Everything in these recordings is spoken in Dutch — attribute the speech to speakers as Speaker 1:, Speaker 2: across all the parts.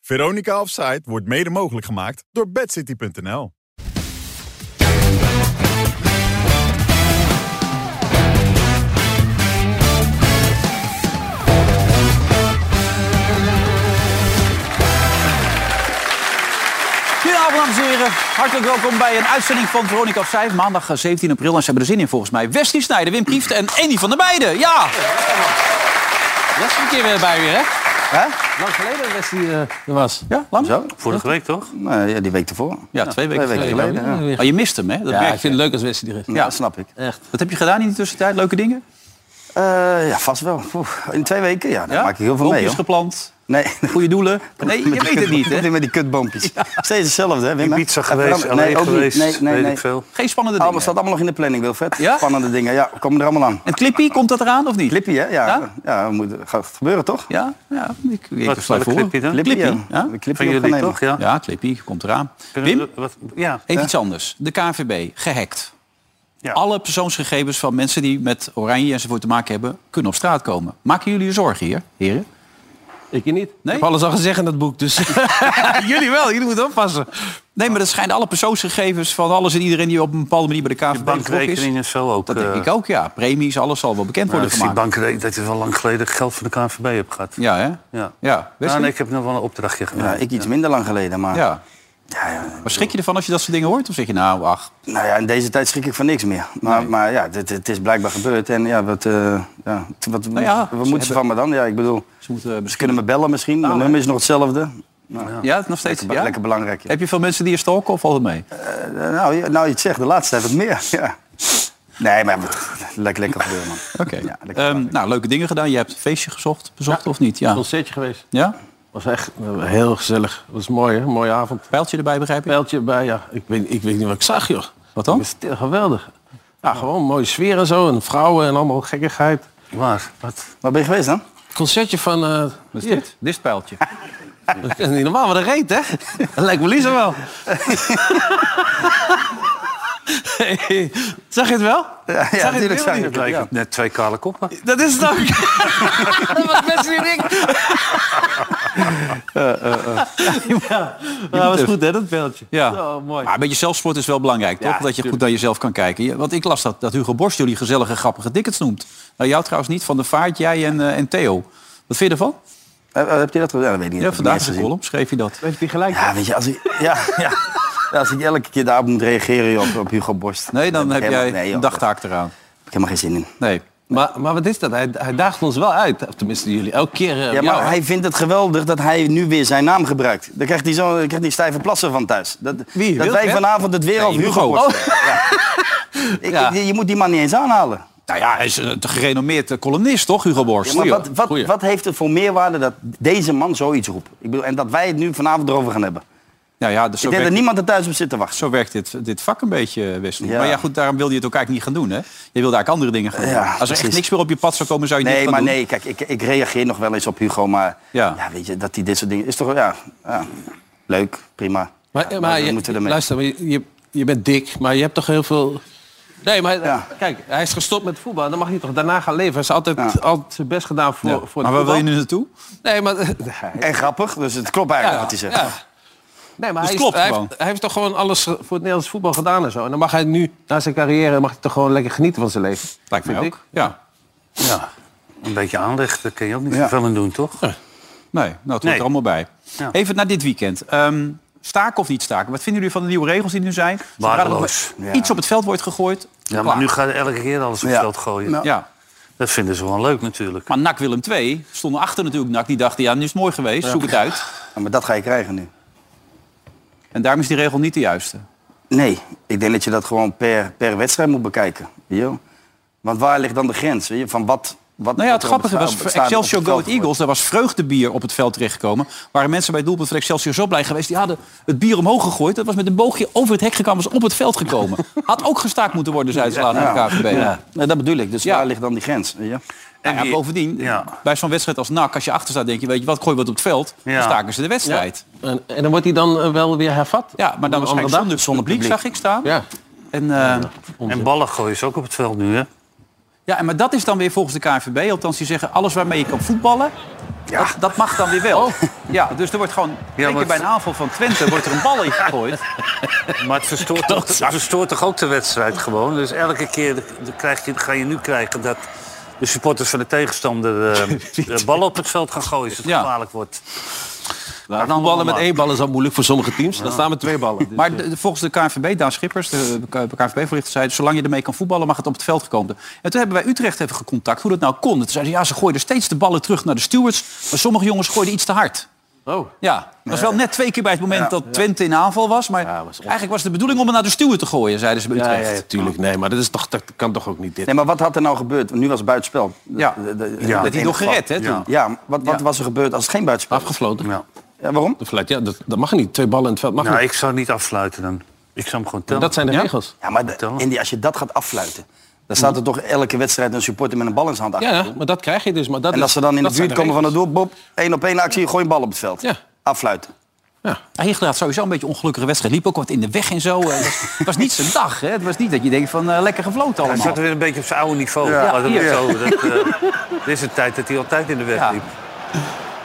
Speaker 1: Veronica Offside wordt mede mogelijk gemaakt door bedcity.nl.
Speaker 2: Goedenavond, dames en heren. Hartelijk welkom bij een uitzending van Veronica of Zij. Maandag eh, 17 april. En ze hebben er zin in volgens mij. Wesley Snijder, Wim Kieft en Andy van der Meijden. Ja!
Speaker 3: Best een keer weer bij weer, hè?
Speaker 4: Hè?
Speaker 3: Lang geleden dat Wesley eh, er was.
Speaker 2: Ja, lang?
Speaker 4: Zo?
Speaker 5: Vorige week toch?
Speaker 4: Nou, ja, die week ervoor.
Speaker 2: Ja, twee weken
Speaker 4: Twee weken
Speaker 2: geleden.
Speaker 4: geleden, ja.
Speaker 2: Oh, je mist hem, hè? Dat
Speaker 3: Ja,
Speaker 2: merk
Speaker 3: ik
Speaker 2: je.
Speaker 3: vind het leuk als Wesley er is.
Speaker 4: Ja, dat snap ik.
Speaker 3: Echt.
Speaker 2: Wat heb je gedaan in die tussentijd? Leuke dingen?
Speaker 4: Eh, ja, vast wel. Oeh, in twee weken, ja, daar maak ik heel veel mee,
Speaker 2: Boompjes
Speaker 4: hoor.
Speaker 2: geplant?
Speaker 4: Nee.
Speaker 2: Goede doelen? Nee, je weet het niet, hè?
Speaker 4: Met die kutboompjes. Steeds hetzelfde, hè, Wim? hè?
Speaker 5: Ibiza
Speaker 4: Eh,
Speaker 5: geweest, LA
Speaker 4: veranderd- nee, ook niet.
Speaker 5: geweest,
Speaker 4: Nee, nee,
Speaker 5: weet
Speaker 4: nee.
Speaker 5: ik veel.
Speaker 2: Geen spannende
Speaker 4: Allemaal
Speaker 2: dingen.
Speaker 4: staat allemaal nog in de planning, Wilfred.
Speaker 2: Ja?
Speaker 4: Spannende dingen, ja. Komen er allemaal aan.
Speaker 2: En Clippy, komt dat eraan of niet?
Speaker 4: Clippy, hè? Ja,
Speaker 2: Ja?
Speaker 4: ja? moet, gaat het gebeuren, toch?
Speaker 2: Ja, ja. Ik, ik
Speaker 5: Wat
Speaker 2: ik
Speaker 5: is
Speaker 2: sluit
Speaker 5: dat,
Speaker 2: voor.
Speaker 5: Clippy dan?
Speaker 2: Clippy,
Speaker 4: ja.
Speaker 2: ja.
Speaker 4: De Clippy
Speaker 5: Van
Speaker 4: ook gaan
Speaker 5: jullie
Speaker 4: nemen.
Speaker 5: toch? Ja.
Speaker 2: Ja, Clippy, komt eraan.
Speaker 5: Kunnen
Speaker 2: Wim,
Speaker 5: we- Wat, ja.
Speaker 2: Even iets anders. De KVB, gehackt.
Speaker 5: Ja.
Speaker 2: Alle persoonsgegevens van mensen die met Oranje enzovoort te maken hebben... kunnen op straat komen. Maken jullie je zorgen hier, heren?
Speaker 3: Ik je niet.
Speaker 2: Nee?
Speaker 3: Ik heb alles al gezegd in dat boek, dus... jullie wel, jullie moeten oppassen.
Speaker 2: Nee, maar dat schijnen alle persoonsgegevens van alles en iedereen... die op een bepaalde manier bij de
Speaker 5: Je
Speaker 2: KVB betrokken is.
Speaker 5: bankrekening en zo ook.
Speaker 2: Dat
Speaker 5: eh,
Speaker 2: denk ik ook, ja. Premies, alles zal wel bekend
Speaker 5: nou,
Speaker 2: worden
Speaker 5: dus die
Speaker 2: gemaakt.
Speaker 5: bankrekening, dat is al lang geleden geld van de KNVB heb gehad.
Speaker 2: Ja, hè?
Speaker 5: Ja.
Speaker 2: Ja. Wesley?
Speaker 5: Nou, nee, ik heb nog wel een opdrachtje gedaan.
Speaker 4: Ja, ik iets minder lang geleden, maar...
Speaker 2: ja.
Speaker 4: Ja, ja.
Speaker 2: Maar schrik je ervan als je dat soort dingen hoort? Of zeg je, nou, ach,
Speaker 4: Nou ja, in deze tijd schrik ik van niks meer. Maar, maar ja, dit- het is blijkbaar gebeurd. En ja, wat, eh, ja, t- wat,
Speaker 2: Nou ja,
Speaker 4: wat
Speaker 2: ze
Speaker 4: moeten ze van me dan? Ja, ik bedoel,
Speaker 2: ze moeten eh,
Speaker 4: ze
Speaker 2: misschien...
Speaker 4: kunnen me bellen misschien. Mijn nummer is nog hetzelfde. Nou,
Speaker 2: Ja, het is nog steeds.
Speaker 4: Lekker,
Speaker 2: ja?
Speaker 4: lekker belangrijk. ja.
Speaker 2: Heb je veel mensen die je stalken of valt het mee?
Speaker 4: Eh, nou, je- nou, je het zegt, de laatste tijd wat meer. Ja. Nee, maar wat- lekker, lekker gebeuren, man.
Speaker 2: Oké.
Speaker 4: Ja, lekker
Speaker 2: Ehm,
Speaker 4: belangrijk.
Speaker 2: nou, leuke dingen gedaan. Je hebt een feestje gezocht, bezocht of niet? Ja.
Speaker 3: Concertje geweest.
Speaker 2: ja?
Speaker 3: Was echt eh, heel gezellig. Was mooi, hè? Mooie avond.
Speaker 2: Pijltje erbij, begrijp ik?
Speaker 3: Pijltje bij, ja. Ik weet, ik weet niet wat ik zag, joh.
Speaker 2: Wat dan?
Speaker 3: Ik ben stil, geweldig. Ja, gewoon een mooie sfeer en zo. En vrouwen en allemaal gekkigheid.
Speaker 5: Waar? Wat?
Speaker 4: Waar ben je geweest dan?
Speaker 3: Concertje van... eh
Speaker 2: Wat is
Speaker 3: hier.
Speaker 2: dit? Dit is het pijltje.
Speaker 3: Dat is niet normaal, wat een reet, hè? Dat lijkt me Lisa wel. Hey, zag je het wel?
Speaker 4: Ja, ja
Speaker 3: het
Speaker 4: natuurlijk
Speaker 3: heel
Speaker 4: zijn
Speaker 5: Het lijkt net twee kale koppen.
Speaker 3: Dat is het ook. dat was best niet ik. ja, dat was goed, hè, dat beeldje.
Speaker 2: Ja.
Speaker 3: Zo, mooi.
Speaker 2: Maar een beetje zelfsport is wel belangrijk, toch? dat je goed naar jezelf kan kijken. Je- Want ik las dat, dat Hugo Borst jullie gezellige, grappige dikkets noemt. Nou, jou trouwens niet. Van de Vaart, jij en, eh, en Theo. Wat vind je ervan?
Speaker 4: Eh, eh, Heb je dat gedaan? Dat weet ik niet.
Speaker 2: Ja,
Speaker 4: Heb ik niet
Speaker 2: vandaag
Speaker 4: eens
Speaker 2: in de
Speaker 4: gezien.
Speaker 2: column schreef je dat.
Speaker 3: Heeft hij gelijk?
Speaker 4: Ja, weet je, als ik, ja, ja. Ja, als ik elke keer daarop moet reageren joh, op, op Hugo Borst...
Speaker 2: Nee, dan
Speaker 4: daar
Speaker 2: heb
Speaker 4: ik helemaal-
Speaker 2: jij
Speaker 4: nee, joh,
Speaker 2: een dagtaak eraan.
Speaker 4: daar heb Ik heb helemaal geen zin in.
Speaker 2: Nee.
Speaker 3: Maar, maar wat is dat? Hij, hij daagt ons wel uit. Of tenminste, jullie. Elke keer... eh,
Speaker 4: Ja, maar
Speaker 3: jou, hè?
Speaker 4: hij vindt het geweldig dat hij nu weer zijn naam gebruikt. Dan krijgt hij, zo, dan krijgt hij stijve plassen van thuis. Dat,
Speaker 3: Wie?
Speaker 4: dat wij
Speaker 3: Wilfred? Oh,
Speaker 4: vanavond het weer over
Speaker 2: Nee,
Speaker 4: Hugo
Speaker 2: Hugo.
Speaker 4: Borst hebben. Ja. Ik-
Speaker 3: Ja.
Speaker 4: je- je moet die man niet eens aanhalen.
Speaker 2: Nou ja, hij is een gerenommeerd eh, columnist, toch, Hugo Borst?
Speaker 4: Ja, maar wat, wat,
Speaker 3: Goeie.
Speaker 4: wat heeft het voor meerwaarde dat deze man zoiets roept? Ik bedoel, en dat wij het nu vanavond erover gaan hebben.
Speaker 2: Nou ja, dus zo
Speaker 4: Ik denk
Speaker 2: werkt,
Speaker 4: dat niemand er thuis op zit te wachten.
Speaker 2: zo werkt dit, dit vak een beetje, Wesley.
Speaker 4: Ja.
Speaker 2: Maar ja, goed, daarom wilde je het ook eigenlijk niet gaan doen, hè? Je wilde eigenlijk andere dingen gaan doen.
Speaker 4: Ja,
Speaker 2: Als er echt
Speaker 4: precies.
Speaker 2: niks meer op je pad zou komen, zou je het
Speaker 4: Nee,
Speaker 2: niet
Speaker 4: maar
Speaker 2: gaan
Speaker 4: nee, kijk, ik, ik reageer nog wel eens op Hugo, maar
Speaker 2: Ja.
Speaker 4: ja. weet je, dat hij dit soort dingen... Is toch, ja, ja leuk, prima.
Speaker 3: Maar,
Speaker 4: Ja,
Speaker 3: maar
Speaker 4: we
Speaker 3: je,
Speaker 4: moeten ermee.
Speaker 3: luister, maar je, je, je bent dik, maar je hebt toch heel veel... Nee, maar
Speaker 4: Ja.
Speaker 3: kijk, hij is gestopt met voetbal. Dan mag hij toch daarna gaan leven. Hij is altijd,
Speaker 4: Ja.
Speaker 3: altijd zijn best gedaan voor,
Speaker 2: doen. Ja.
Speaker 3: voor het
Speaker 2: Maar waar wil
Speaker 3: voetbal.
Speaker 2: je nu naartoe?
Speaker 3: Nee, maar...
Speaker 4: En grappig, dus het klopt eigenlijk wat hij zegt.
Speaker 3: ja. Nee, maar
Speaker 2: Dus
Speaker 3: hij,
Speaker 2: klopt
Speaker 3: is, hij,
Speaker 2: gewoon.
Speaker 3: heeft, hij heeft toch gewoon alles voor het Nederlands voetbal gedaan en zo. En dan mag hij nu, na zijn carrière, mag hij toch gewoon lekker genieten van zijn leven.
Speaker 2: Lijkt mij
Speaker 3: Vind
Speaker 2: ook. Ja.
Speaker 5: Ja. Een beetje aanleg, daar kun je ook niet
Speaker 4: Ja.
Speaker 5: veel aan doen, toch?
Speaker 2: Nee, nou, het hoort
Speaker 5: Nee.
Speaker 2: er allemaal bij.
Speaker 5: Ja.
Speaker 2: Even naar dit weekend. Ehm, staken of niet staken? Wat vinden jullie van de nieuwe regels die er nu zijn? Zodra er
Speaker 5: Waardeloos.
Speaker 4: Ja.
Speaker 2: Iets op het veld wordt gegooid.
Speaker 5: Ja, maar
Speaker 2: klaar.
Speaker 5: nu gaat hij elke keer alles op het
Speaker 4: Ja.
Speaker 5: veld gooien.
Speaker 4: Nou.
Speaker 2: Ja.
Speaker 5: Dat vinden ze wel leuk natuurlijk.
Speaker 2: Maar NAC Willem II stonden achter natuurlijk NAC. Die dachten, ja, nu is het mooi geweest. Zoek het uit.
Speaker 4: Ja, Maar dat ga je krijgen nu.
Speaker 2: En daarom is die regel niet de juiste.
Speaker 4: Nee, ik denk dat je dat gewoon per, per wedstrijd moet bekijken. weet je wel. Want waar ligt dan de grens? weet je? Van wat, wat
Speaker 2: Nou ja, het
Speaker 4: wat er op
Speaker 2: grappige
Speaker 4: sta-
Speaker 2: was,
Speaker 4: op
Speaker 2: voor
Speaker 4: het stadion-
Speaker 2: Excelsior
Speaker 4: op het
Speaker 2: Goat
Speaker 4: veld
Speaker 2: Eagles,
Speaker 4: wordt.
Speaker 2: daar was vreugdebier op het veld terechtgekomen. Waren mensen bij het doelpunt van Excelsior zo blij geweest, die hadden het bier omhoog gegooid. Dat was met een boogje over het hek gekomen, was op het veld gekomen. Had ook gestaakt moeten worden, zei ze later aan de KVB. Ja.
Speaker 4: Nee, dat bedoel ik. Dus
Speaker 2: Ja.
Speaker 4: waar ligt dan die grens? weet je?
Speaker 2: Nou ja,
Speaker 5: die-
Speaker 2: bovendien,
Speaker 5: ja.
Speaker 2: bij zo'n wedstrijd als NAC, als je achter staat, denk je, weet je wat, gooi wat op het veld,
Speaker 5: Ja.
Speaker 2: dan staken ze de
Speaker 3: Ja.
Speaker 2: wedstrijd.
Speaker 3: En, en dan wordt hij dan eh, wel weer hervat?
Speaker 2: Ja, maar dan
Speaker 3: Op een andere
Speaker 2: waarschijnlijk
Speaker 3: dag?
Speaker 2: zonder, zonder publiek, zag ik staan.
Speaker 3: Ja.
Speaker 2: En, eh,
Speaker 5: En ballen gooien ze ook op het veld nu, hè?
Speaker 2: ja, en maar dat
Speaker 3: Oh.
Speaker 2: is dan weer volgens de KNVB, althans die zeggen, alles waarmee je kan voetballen, dat, dat mag dan weer wel. Ja, dus er wordt gewoon... één keer
Speaker 5: maar-
Speaker 2: bij een aanval van Twente wordt er een bal in gegooid.
Speaker 5: Maar het verstoort, toch, het verstoort toch ook de wedstrijd gewoon. Dus elke keer de- de- krijg je, ga je nu krijgen dat de supporters van de tegenstander eh de ballen op het veld gaan gooien als het
Speaker 2: Ja.
Speaker 5: gevaarlijk wordt.
Speaker 3: Nou,
Speaker 5: dan
Speaker 3: voetballen met
Speaker 5: allemaal.
Speaker 3: één bal is al moeilijk voor sommige teams. Dan staan we twee ballen. Dus,
Speaker 2: Maar de- de- volgens de KNVB, Daan Schippers, de KNVB-voorlichter, zei... zolang je ermee kan voetballen, mag het op het veld gekomen. En toen hebben wij Utrecht even gecontact hoe dat nou kon. Toen zeiden ze, ja, ze gooiden steeds de ballen terug naar de stewards... maar sommige jongens gooiden iets te hard.
Speaker 3: oh.
Speaker 2: Ja, dat was wel net twee keer bij het moment
Speaker 4: Ja.
Speaker 2: dat Twente in aanval was. Maar
Speaker 3: Ja, was on-
Speaker 2: eigenlijk was de bedoeling om het naar de stuwen te gooien, zeiden ze bij
Speaker 3: Ja,
Speaker 2: Utrecht.
Speaker 3: ja, ja, tuurlijk. Nee, maar dat, is toch, dat kan toch ook niet dit.
Speaker 4: Nee, maar wat had er nou gebeurd? Want Nu was het buitenspel.
Speaker 2: Ja.
Speaker 5: Ja.
Speaker 2: Dat hij nog gered, hè, toen.
Speaker 5: Ja.
Speaker 4: Ja, wat, wat
Speaker 2: Ja.
Speaker 4: was er gebeurd als het geen buitenspel was?
Speaker 3: Afgefloten.
Speaker 5: Ja.
Speaker 4: Ja, waarom?
Speaker 3: De fluit, ja, dat, dat mag niet. Twee ballen in het veld mag
Speaker 5: Nou,
Speaker 3: niet.
Speaker 5: ik zou niet afsluiten dan. Ik zou hem gewoon tellen.
Speaker 3: Dat zijn de regels.
Speaker 4: Ja, maar de-
Speaker 5: Vertel.
Speaker 4: Andy, als je dat gaat affluiten... dan staat er toch elke wedstrijd een supporter met een bal in zijn hand achter.
Speaker 3: Ja, maar dat krijg je dus. Maar dat
Speaker 4: En als ze dan in de buurt komen van het
Speaker 3: het
Speaker 4: doel, Bob, één op één actie, gooi een bal op het veld.
Speaker 3: Ja.
Speaker 4: Affluiten.
Speaker 2: Hij heeft inderdaad sowieso een beetje ongelukkige wedstrijd. Liep ook wat in de weg en zo. Eh, Het was, het was niet zijn dag, hè. Het was niet dat je denkt van eh, lekker gefloten
Speaker 5: Hij
Speaker 2: allemaal.
Speaker 5: zat weer een beetje op zijn oude niveau.
Speaker 2: Ja,
Speaker 5: Maar dat
Speaker 2: hier.
Speaker 5: is zo, dat, eh, er is een tijd dat hij altijd in de weg
Speaker 2: Ja.
Speaker 5: liep.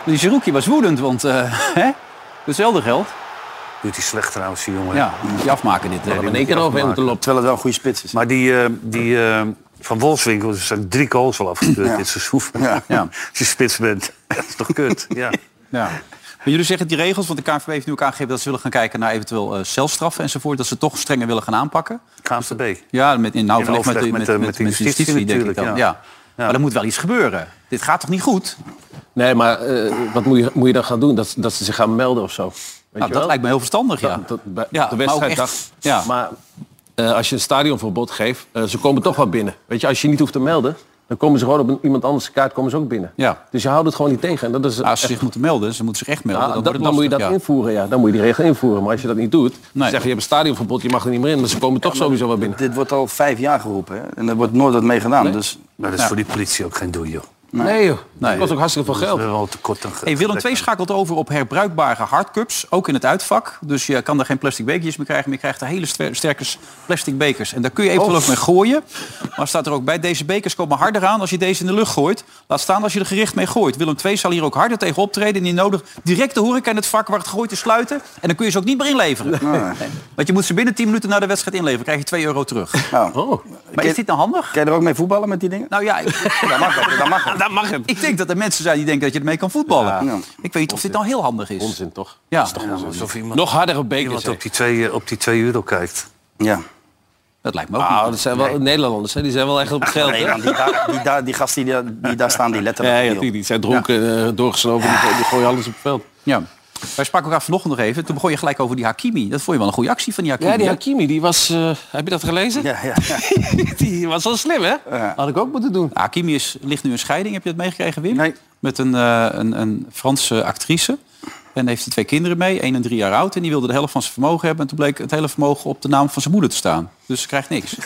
Speaker 2: Die Zeroekje was woedend, want eh, hè, hetzelfde geld.
Speaker 5: Doet hij slecht trouwens, die jongen.
Speaker 2: Ja, die moet je afmaken dit. eh.
Speaker 5: die
Speaker 3: In
Speaker 5: moet
Speaker 3: één
Speaker 5: je
Speaker 3: keer over
Speaker 5: afmaken.
Speaker 3: hem te lopen.
Speaker 4: Terwijl het wel een goede spits is.
Speaker 5: Maar die, eh, die eh, van Wolfswinkel, er zijn drie goals al afgekeurd dit seizoen.
Speaker 2: Ja.
Speaker 5: Als je spits bent, dat is toch kut. Ja.
Speaker 2: Ja. Maar jullie zeggen die regels, want de KNVB heeft nu ook aangegeven... dat ze willen gaan kijken naar eventueel eh, celstraffen enzovoort. Dat ze toch strenger willen gaan aanpakken.
Speaker 5: KNVB.
Speaker 2: Ja, met, in, nou,
Speaker 5: In
Speaker 2: overleg met, met,
Speaker 5: overleg
Speaker 2: met, met, de justitie, denk ik dan. Ja.
Speaker 5: natuurlijk, ja.
Speaker 2: Maar er moet wel iets gebeuren. Dit gaat toch niet goed?
Speaker 3: Nee, maar eh, wat moet je, moet je dan gaan doen? Dat, dat ze zich gaan melden of zo. Weet je
Speaker 2: Nou,
Speaker 3: wel?
Speaker 2: dat lijkt me heel verstandig, ja. Nou,
Speaker 3: Dat- dat- bij-
Speaker 2: Ja,
Speaker 3: de
Speaker 2: maar ook echt-
Speaker 3: wedstrijd
Speaker 2: ja.
Speaker 3: Maar eh, als je een stadionverbod geeft, eh, ze komen toch wel binnen. Weet je, als je niet hoeft te melden, dan komen ze gewoon op een, iemand anders kaart komen ze ook binnen.
Speaker 2: Ja. Ah,
Speaker 3: Dus je houdt het gewoon niet tegen. En dat is
Speaker 2: Als ze
Speaker 3: echt-
Speaker 2: zich moeten melden, ze moeten zich echt melden.
Speaker 3: ja,
Speaker 2: dan
Speaker 3: dan,
Speaker 2: wordt
Speaker 3: dan
Speaker 2: het
Speaker 3: moet je dat
Speaker 2: lastig, ja.
Speaker 3: invoeren, ja. Dan moet je die regel invoeren. Maar als je dat niet doet, dan
Speaker 2: Nee.
Speaker 3: zeggen je hebt een stadionverbod, je mag er niet meer in. Maar ze komen toch sowieso wel binnen.
Speaker 4: Dit wordt al vijf jaar geroepen hè? en er wordt nooit wat mee gedaan. Dus
Speaker 5: Maar dat is voor die politie ook geen doel, joh.
Speaker 3: Nee joh,
Speaker 2: Nee.
Speaker 3: dat kost ook hartstikke veel
Speaker 5: We
Speaker 3: geld.
Speaker 5: hebben wel tekort aan
Speaker 2: Hey, Willem II schakelt over op herbruikbare hardcups, ook in het uitvak. Dus je kan er geen plastic bekertjes meer krijgen, maar je krijgt er hele ster- sterke s- plastic bekers. En daar kun je eventueel ook mee gooien. Maar staat er ook bij, deze bekers komen harder aan als je deze in de lucht gooit. Laat staan als je er gericht mee gooit. Willem II zal hier ook harder tegen optreden. En die nodig direct de horeca in het vak waar het gooit te sluiten. En dan kun je ze ook niet meer inleveren. Nee. Want je moet ze binnen 10 minuten na de wedstrijd inleveren. krijg je 2 euro terug.
Speaker 4: nou,
Speaker 3: Oh.
Speaker 2: Maar is dit nou handig?
Speaker 4: kan je er ook mee voetballen met die dingen?
Speaker 2: Nou ja, ik-
Speaker 4: Dat mag het, dat mag het.
Speaker 3: Dat mag het.
Speaker 2: ik denk dat er mensen zijn die denken dat je ermee kan voetballen.
Speaker 3: Ja.
Speaker 4: Ja.
Speaker 2: Ik weet niet of dit nou heel handig is.
Speaker 3: Onzin toch?
Speaker 2: Ja.
Speaker 5: Alsof iemand,
Speaker 3: Nog hardere bekers.
Speaker 5: iemand
Speaker 3: hè.
Speaker 5: op, die twee, eh, op die twee euro kijkt.
Speaker 4: Ja.
Speaker 2: Dat lijkt me ook
Speaker 3: Ah,
Speaker 2: niet.
Speaker 3: dat zijn wel Nederlanders, hè. die zijn wel echt op het geld.
Speaker 4: Nee,
Speaker 3: hè?
Speaker 4: man, die, daar, die, daar, die gasten die, daar- die daar staan, die letten
Speaker 3: Ja,
Speaker 4: er
Speaker 3: ja,
Speaker 4: niet op.
Speaker 3: die, die zijn dronken, eh, doorgesnoven, die, die gooien alles op het veld.
Speaker 2: Ja. Wij spraken elkaar vanochtend nog even. Toen begon je gelijk over die Hakimi. Dat vond je wel een goede actie van die Hakimi.
Speaker 3: Ja, die
Speaker 2: hè?
Speaker 3: Hakimi, die was... eh, heb je dat gelezen?
Speaker 4: Ja, ja.
Speaker 3: Die was wel slim, hè? Had ik ook moeten doen.
Speaker 2: Hakimi is, ligt nu in scheiding. Heb je dat meegekregen, Wim?
Speaker 4: Nee.
Speaker 2: Met een, eh, een, een Franse actrice. En heeft hij twee kinderen mee, één en drie jaar oud. En die wilde de helft van zijn vermogen hebben. En toen bleek het hele vermogen op de naam van zijn moeder te staan. Dus ze krijgt niks.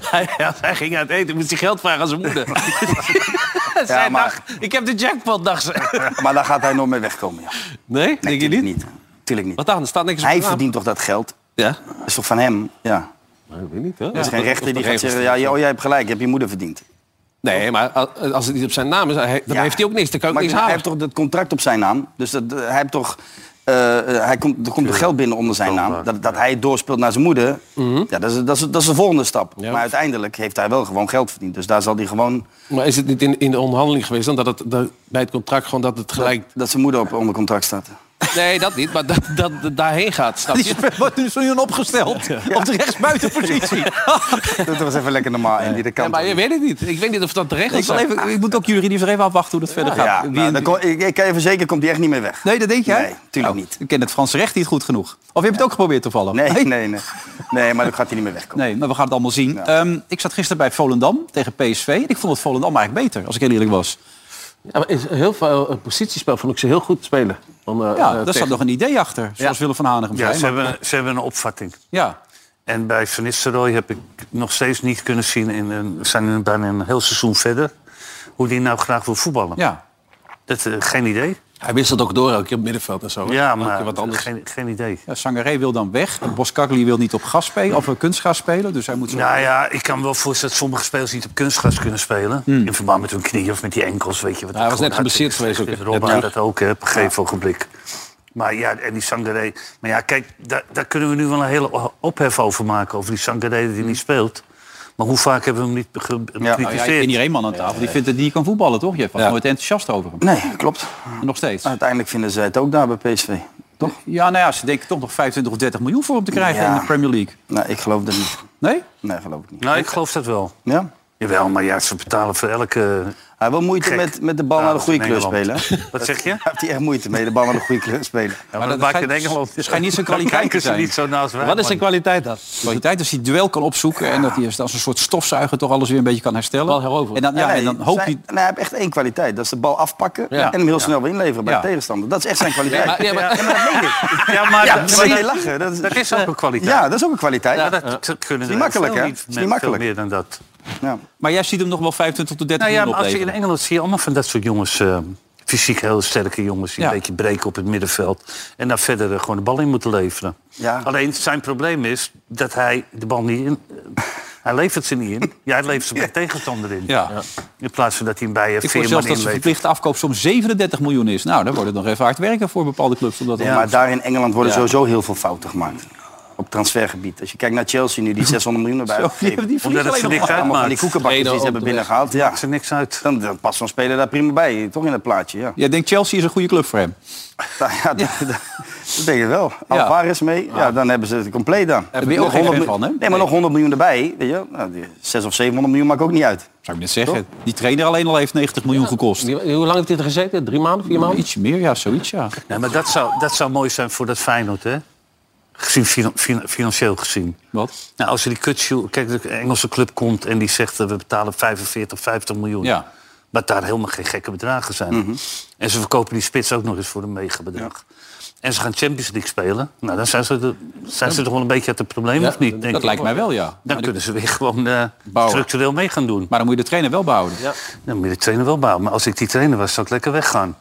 Speaker 3: Hij, hij ging uit eten, moest hij geld vragen aan zijn moeder.
Speaker 4: Ja,
Speaker 3: Zij
Speaker 4: maar-
Speaker 3: dacht, ik heb de jackpot, dacht ze.
Speaker 4: Maar daar gaat hij nooit mee wegkomen. Ja.
Speaker 3: Nee, denk je
Speaker 4: Tuurlijk
Speaker 3: niet?
Speaker 4: niet? Tuurlijk niet.
Speaker 3: Wat dan? Er staat niks op de
Speaker 4: Hij
Speaker 3: naam.
Speaker 4: verdient toch dat geld?
Speaker 3: Ja?
Speaker 4: Dat is toch van hem? Ja.
Speaker 3: Ik weet niet, hè?
Speaker 4: Er is geen rechter die gaat zeggen, ja, oh, jij hebt gelijk, je hebt je moeder verdiend.
Speaker 3: Nee, maar a- als het niet op zijn naam is, hij- dan
Speaker 4: Ja.
Speaker 3: heeft hij ook niks. Dan kan ik
Speaker 4: Maar
Speaker 3: niks
Speaker 4: hij
Speaker 3: halen.
Speaker 4: heeft toch dat contract op zijn naam? Dus dat, eh, hij heeft toch... eh, eh, hij komt, er komt er geld binnen onder zijn naam. Dat, dat hij het doorspeelt naar zijn moeder,
Speaker 3: Mhm.
Speaker 4: ja, dat, is, dat, is, dat is de volgende stap. Maar uiteindelijk heeft hij wel gewoon geld verdiend. Dus daar zal hij gewoon...
Speaker 3: Maar is het niet in, in de onderhandeling geweest dan dat het dat- bij het contract gewoon dat het gelijk...
Speaker 4: Dat zijn moeder op onder contract staat.
Speaker 3: Nee, dat niet, maar dat, dat, het daarheen gaat, snap je?
Speaker 2: wordt nu zo'n opgesteld. Op de rechtsbuitenpositie.
Speaker 4: dat was even lekker normaal, Andy. Dat kan
Speaker 3: Ja, maar
Speaker 4: toch
Speaker 3: je
Speaker 4: niet?
Speaker 3: weet het niet. Ik weet niet of dat de
Speaker 2: ik,
Speaker 3: regels
Speaker 2: zal
Speaker 3: zijn.
Speaker 2: even, ik moet ook juridisch er even afwachten hoe dat verder gaat.
Speaker 4: ja,
Speaker 2: Wie-
Speaker 4: nou, dan kon- ik, ik kan je verzekeren, komt hij echt niet meer weg.
Speaker 2: Nee, dat denk jij? Oh,
Speaker 4: Nee, tuurlijk niet.
Speaker 2: Ik ken het Franse recht niet goed genoeg. Of heb je het ook geprobeerd toevallig?
Speaker 4: Nee, nee, nee. Nee, maar dan gaat hij niet meer wegkomen.
Speaker 2: Nee, maar we gaan het allemaal zien. Ehm, ik zat gisteren bij Volendam tegen PSV. En ik vond het Volendam eigenlijk beter, als ik heel eerlijk was.
Speaker 3: Ja, maar is heel veel eh, positiespel vond ik ze heel goed spelen. Om, eh, eh,
Speaker 2: Ja, daar
Speaker 3: tegen-
Speaker 2: zat nog een idee achter. Zoals Willem van Hanegem
Speaker 5: Ja,
Speaker 2: zei.
Speaker 5: ze,
Speaker 2: maar-
Speaker 5: hebben, ze hebben een opvatting.
Speaker 2: ja.
Speaker 5: En bij Van Nistelrooy heb ik nog steeds niet kunnen zien... In een, we zijn nu bijna een heel seizoen verder... hoe die nou graag wil voetballen.
Speaker 2: ja.
Speaker 5: Dat, eh, geen idee.
Speaker 3: Hij wisselt ook door elke keer op het middenveld en zo. hè?
Speaker 5: Ja,
Speaker 3: Elke keer
Speaker 5: maar
Speaker 3: wat anders.
Speaker 5: geen, geen idee.
Speaker 2: Ja, Sangaré wil dan weg. Boskakli wil niet op gas spelen, of eh, kunstgas spelen. Dus hij moet zo...
Speaker 5: Nou ja, ik kan me wel voorstellen dat sommige spelers niet op kunstgras kunnen spelen. In verband met hun knieën of met die enkels, weet je. Wat
Speaker 3: hij was
Speaker 5: gewoon
Speaker 3: net geblesseerd
Speaker 5: hartstikke
Speaker 3: geweest
Speaker 5: slecht is.
Speaker 3: ook, hè?
Speaker 5: Robben
Speaker 3: Ja.
Speaker 5: had dat ook, hè, op een gegeven ogenblik. Maar ja, en die Sangaré. Maar ja, kijk, daar, daar kunnen we nu wel een hele ophef over maken. Over die Sangaré die niet speelt. Maar hoe vaak hebben we hem niet ge-
Speaker 2: Nou ja, ik ken
Speaker 5: bekritiseerd?
Speaker 2: hier één man aan tafel. Die vindt dat hij niet kan voetballen, toch? Je was nooit enthousiast over hem.
Speaker 4: Nee, klopt.
Speaker 2: Nog steeds.
Speaker 4: Uiteindelijk vinden ze het ook daar bij PSV. Ah, Toch?
Speaker 2: Ja, nou ja, ze denken toch nog 25 of 30 miljoen voor hem te krijgen
Speaker 4: Ja.
Speaker 2: in de Premier League.
Speaker 4: Nou, ik geloof dat niet.
Speaker 2: Nee?
Speaker 4: Nee, geloof ik niet.
Speaker 5: Nou, ik geloof dat wel.
Speaker 4: Ja?
Speaker 5: Jawel, maar ja, ze betalen voor elke...
Speaker 4: Hij wil moeite
Speaker 5: Gek.
Speaker 4: met, met de bal
Speaker 5: Ja,
Speaker 4: naar de goede
Speaker 5: in
Speaker 4: kleur spelen.
Speaker 5: Engeland.
Speaker 4: Hij
Speaker 5: Wat zeg je?
Speaker 4: heeft hij echt moeite mee, de bal naar de goede kleur spelen.
Speaker 5: maar dat
Speaker 2: dat
Speaker 5: maakt in
Speaker 2: schijnt-
Speaker 5: Engeland.
Speaker 2: het schijnt niet zo'n kwaliteit
Speaker 5: Dan kijken
Speaker 2: te
Speaker 5: ze
Speaker 2: zijn.
Speaker 5: niet zo naast wij,
Speaker 3: Wat is
Speaker 5: man.
Speaker 3: zijn kwaliteit dan?
Speaker 2: Kwaliteit als hij het duel kan opzoeken en dat hij als een soort stofzuiger toch alles weer een beetje kan herstellen.
Speaker 3: Wel heroveren.
Speaker 2: En dan, ja, en dan
Speaker 4: Nee,
Speaker 2: hoopt
Speaker 4: zijn-
Speaker 2: hij...
Speaker 4: nee, hij heeft echt één kwaliteit. Dat is de bal afpakken
Speaker 3: Ja.
Speaker 4: en hem heel snel weer inleveren bij
Speaker 2: Ja.
Speaker 4: de tegenstander. Dat is echt zijn kwaliteit.
Speaker 3: maar- ja, maar-
Speaker 5: Ja, maar,
Speaker 4: Ja,
Speaker 5: dat-
Speaker 4: daar
Speaker 5: maar
Speaker 4: moet jij
Speaker 5: dat-
Speaker 4: lachen. Dat is,
Speaker 5: dat is ook een kwaliteit.
Speaker 4: ja, dat is ook een kwaliteit.
Speaker 5: Ja,
Speaker 4: Ja,
Speaker 5: dat dat kunnen
Speaker 4: niet
Speaker 5: er
Speaker 4: makkelijk,
Speaker 5: veel
Speaker 4: hè?
Speaker 5: niet
Speaker 4: Is niet
Speaker 5: met-
Speaker 4: makkelijk.
Speaker 5: Veel meer dan dat.
Speaker 2: Maar jij ziet hem nog wel 25 tot 30
Speaker 5: Nou ja,
Speaker 2: miljoen
Speaker 5: maar als je in
Speaker 2: opleveren.
Speaker 5: Engeland zie je allemaal van dat soort jongens... eh, fysiek heel sterke jongens die
Speaker 2: Ja.
Speaker 5: een beetje breken op het middenveld. En daar verder eh, gewoon de bal in moeten leveren.
Speaker 4: Ja.
Speaker 5: Alleen zijn probleem is dat hij de bal niet in... hij levert ze niet in. Ja, hij levert ze bij de tegenstander in.
Speaker 2: Ja.
Speaker 5: In plaats van dat hij hem bij een
Speaker 2: Ik hoor
Speaker 5: veerman
Speaker 2: zelfs dat zijn
Speaker 5: inlevert.
Speaker 2: verplichte afkoop soms 37 miljoen is. Nou, daar wordt het nog even hard werken voor bepaalde clubs. Omdat
Speaker 4: Ja, maar daar in Engeland worden sowieso heel veel fouten gemaakt. Op transfergebied. Als je kijkt naar Chelsea nu, die 600 miljoen erbij
Speaker 2: die hebben
Speaker 4: uitgegeven.
Speaker 2: die
Speaker 5: Omdat
Speaker 2: vliegen alleen
Speaker 5: het ze
Speaker 2: nog
Speaker 5: niks
Speaker 2: maar.
Speaker 4: Allemaal van
Speaker 5: uitmaakt.
Speaker 4: die koekenbakkers die
Speaker 3: Tweede
Speaker 4: ze hebben
Speaker 3: onterecht.
Speaker 4: binnengehaald. Ja.
Speaker 5: Maakt ze niks uit.
Speaker 4: Dan, dan past zo'n speler daar prima bij, toch in het plaatje. Ja,
Speaker 2: Jij denkt Chelsea is een goede club voor hem.
Speaker 4: Nou ja, dat, dat- dat denk ik wel. Alvarez mee, ja, dan hebben ze het compleet dan.
Speaker 2: Daar ben je ook geen fan van, hè?
Speaker 4: Nee, maar nog 100 miljoen erbij. Weet je? Nou, die 600 of 700 miljoen maakt ook niet uit.
Speaker 2: Zou ik net zeggen. Die trainer alleen al heeft 90 miljoen gekost.
Speaker 3: Die- Hoe lang heeft hij er gezeten? Drie maanden, vier maanden?
Speaker 2: Iets meer, ja, zoiets, ja.
Speaker 5: Nee, maar dat zou, dat zou mooi zijn voor dat Feyenoord, hè? Gezien, finan- finan- financieel gezien.
Speaker 2: Wat?
Speaker 5: Nou, als er die kutsjoe... Kijk, de Engelse club komt en die zegt... eh, we betalen 45, 50 miljoen.
Speaker 2: Ja. Mhm.
Speaker 5: Wat daar helemaal geen gekke bedragen zijn. En ze verkopen die spits ook nog eens voor een megabedrag. En ze gaan Champions League spelen. Nou, dan zijn ze, de- zijn ze toch wel een beetje uit het probleem,
Speaker 3: Ja,
Speaker 5: of niet? Denk
Speaker 2: Dat
Speaker 5: ik.
Speaker 2: lijkt mij wel, ja.
Speaker 5: Dan kunnen ze weer gewoon eh,
Speaker 2: Bouwen.
Speaker 5: structureel mee gaan doen.
Speaker 2: Maar dan moet je de trainer wel behouden.
Speaker 5: Dan moet je de trainer wel bouwen. Maar als ik die trainer was, zou ik lekker weggaan.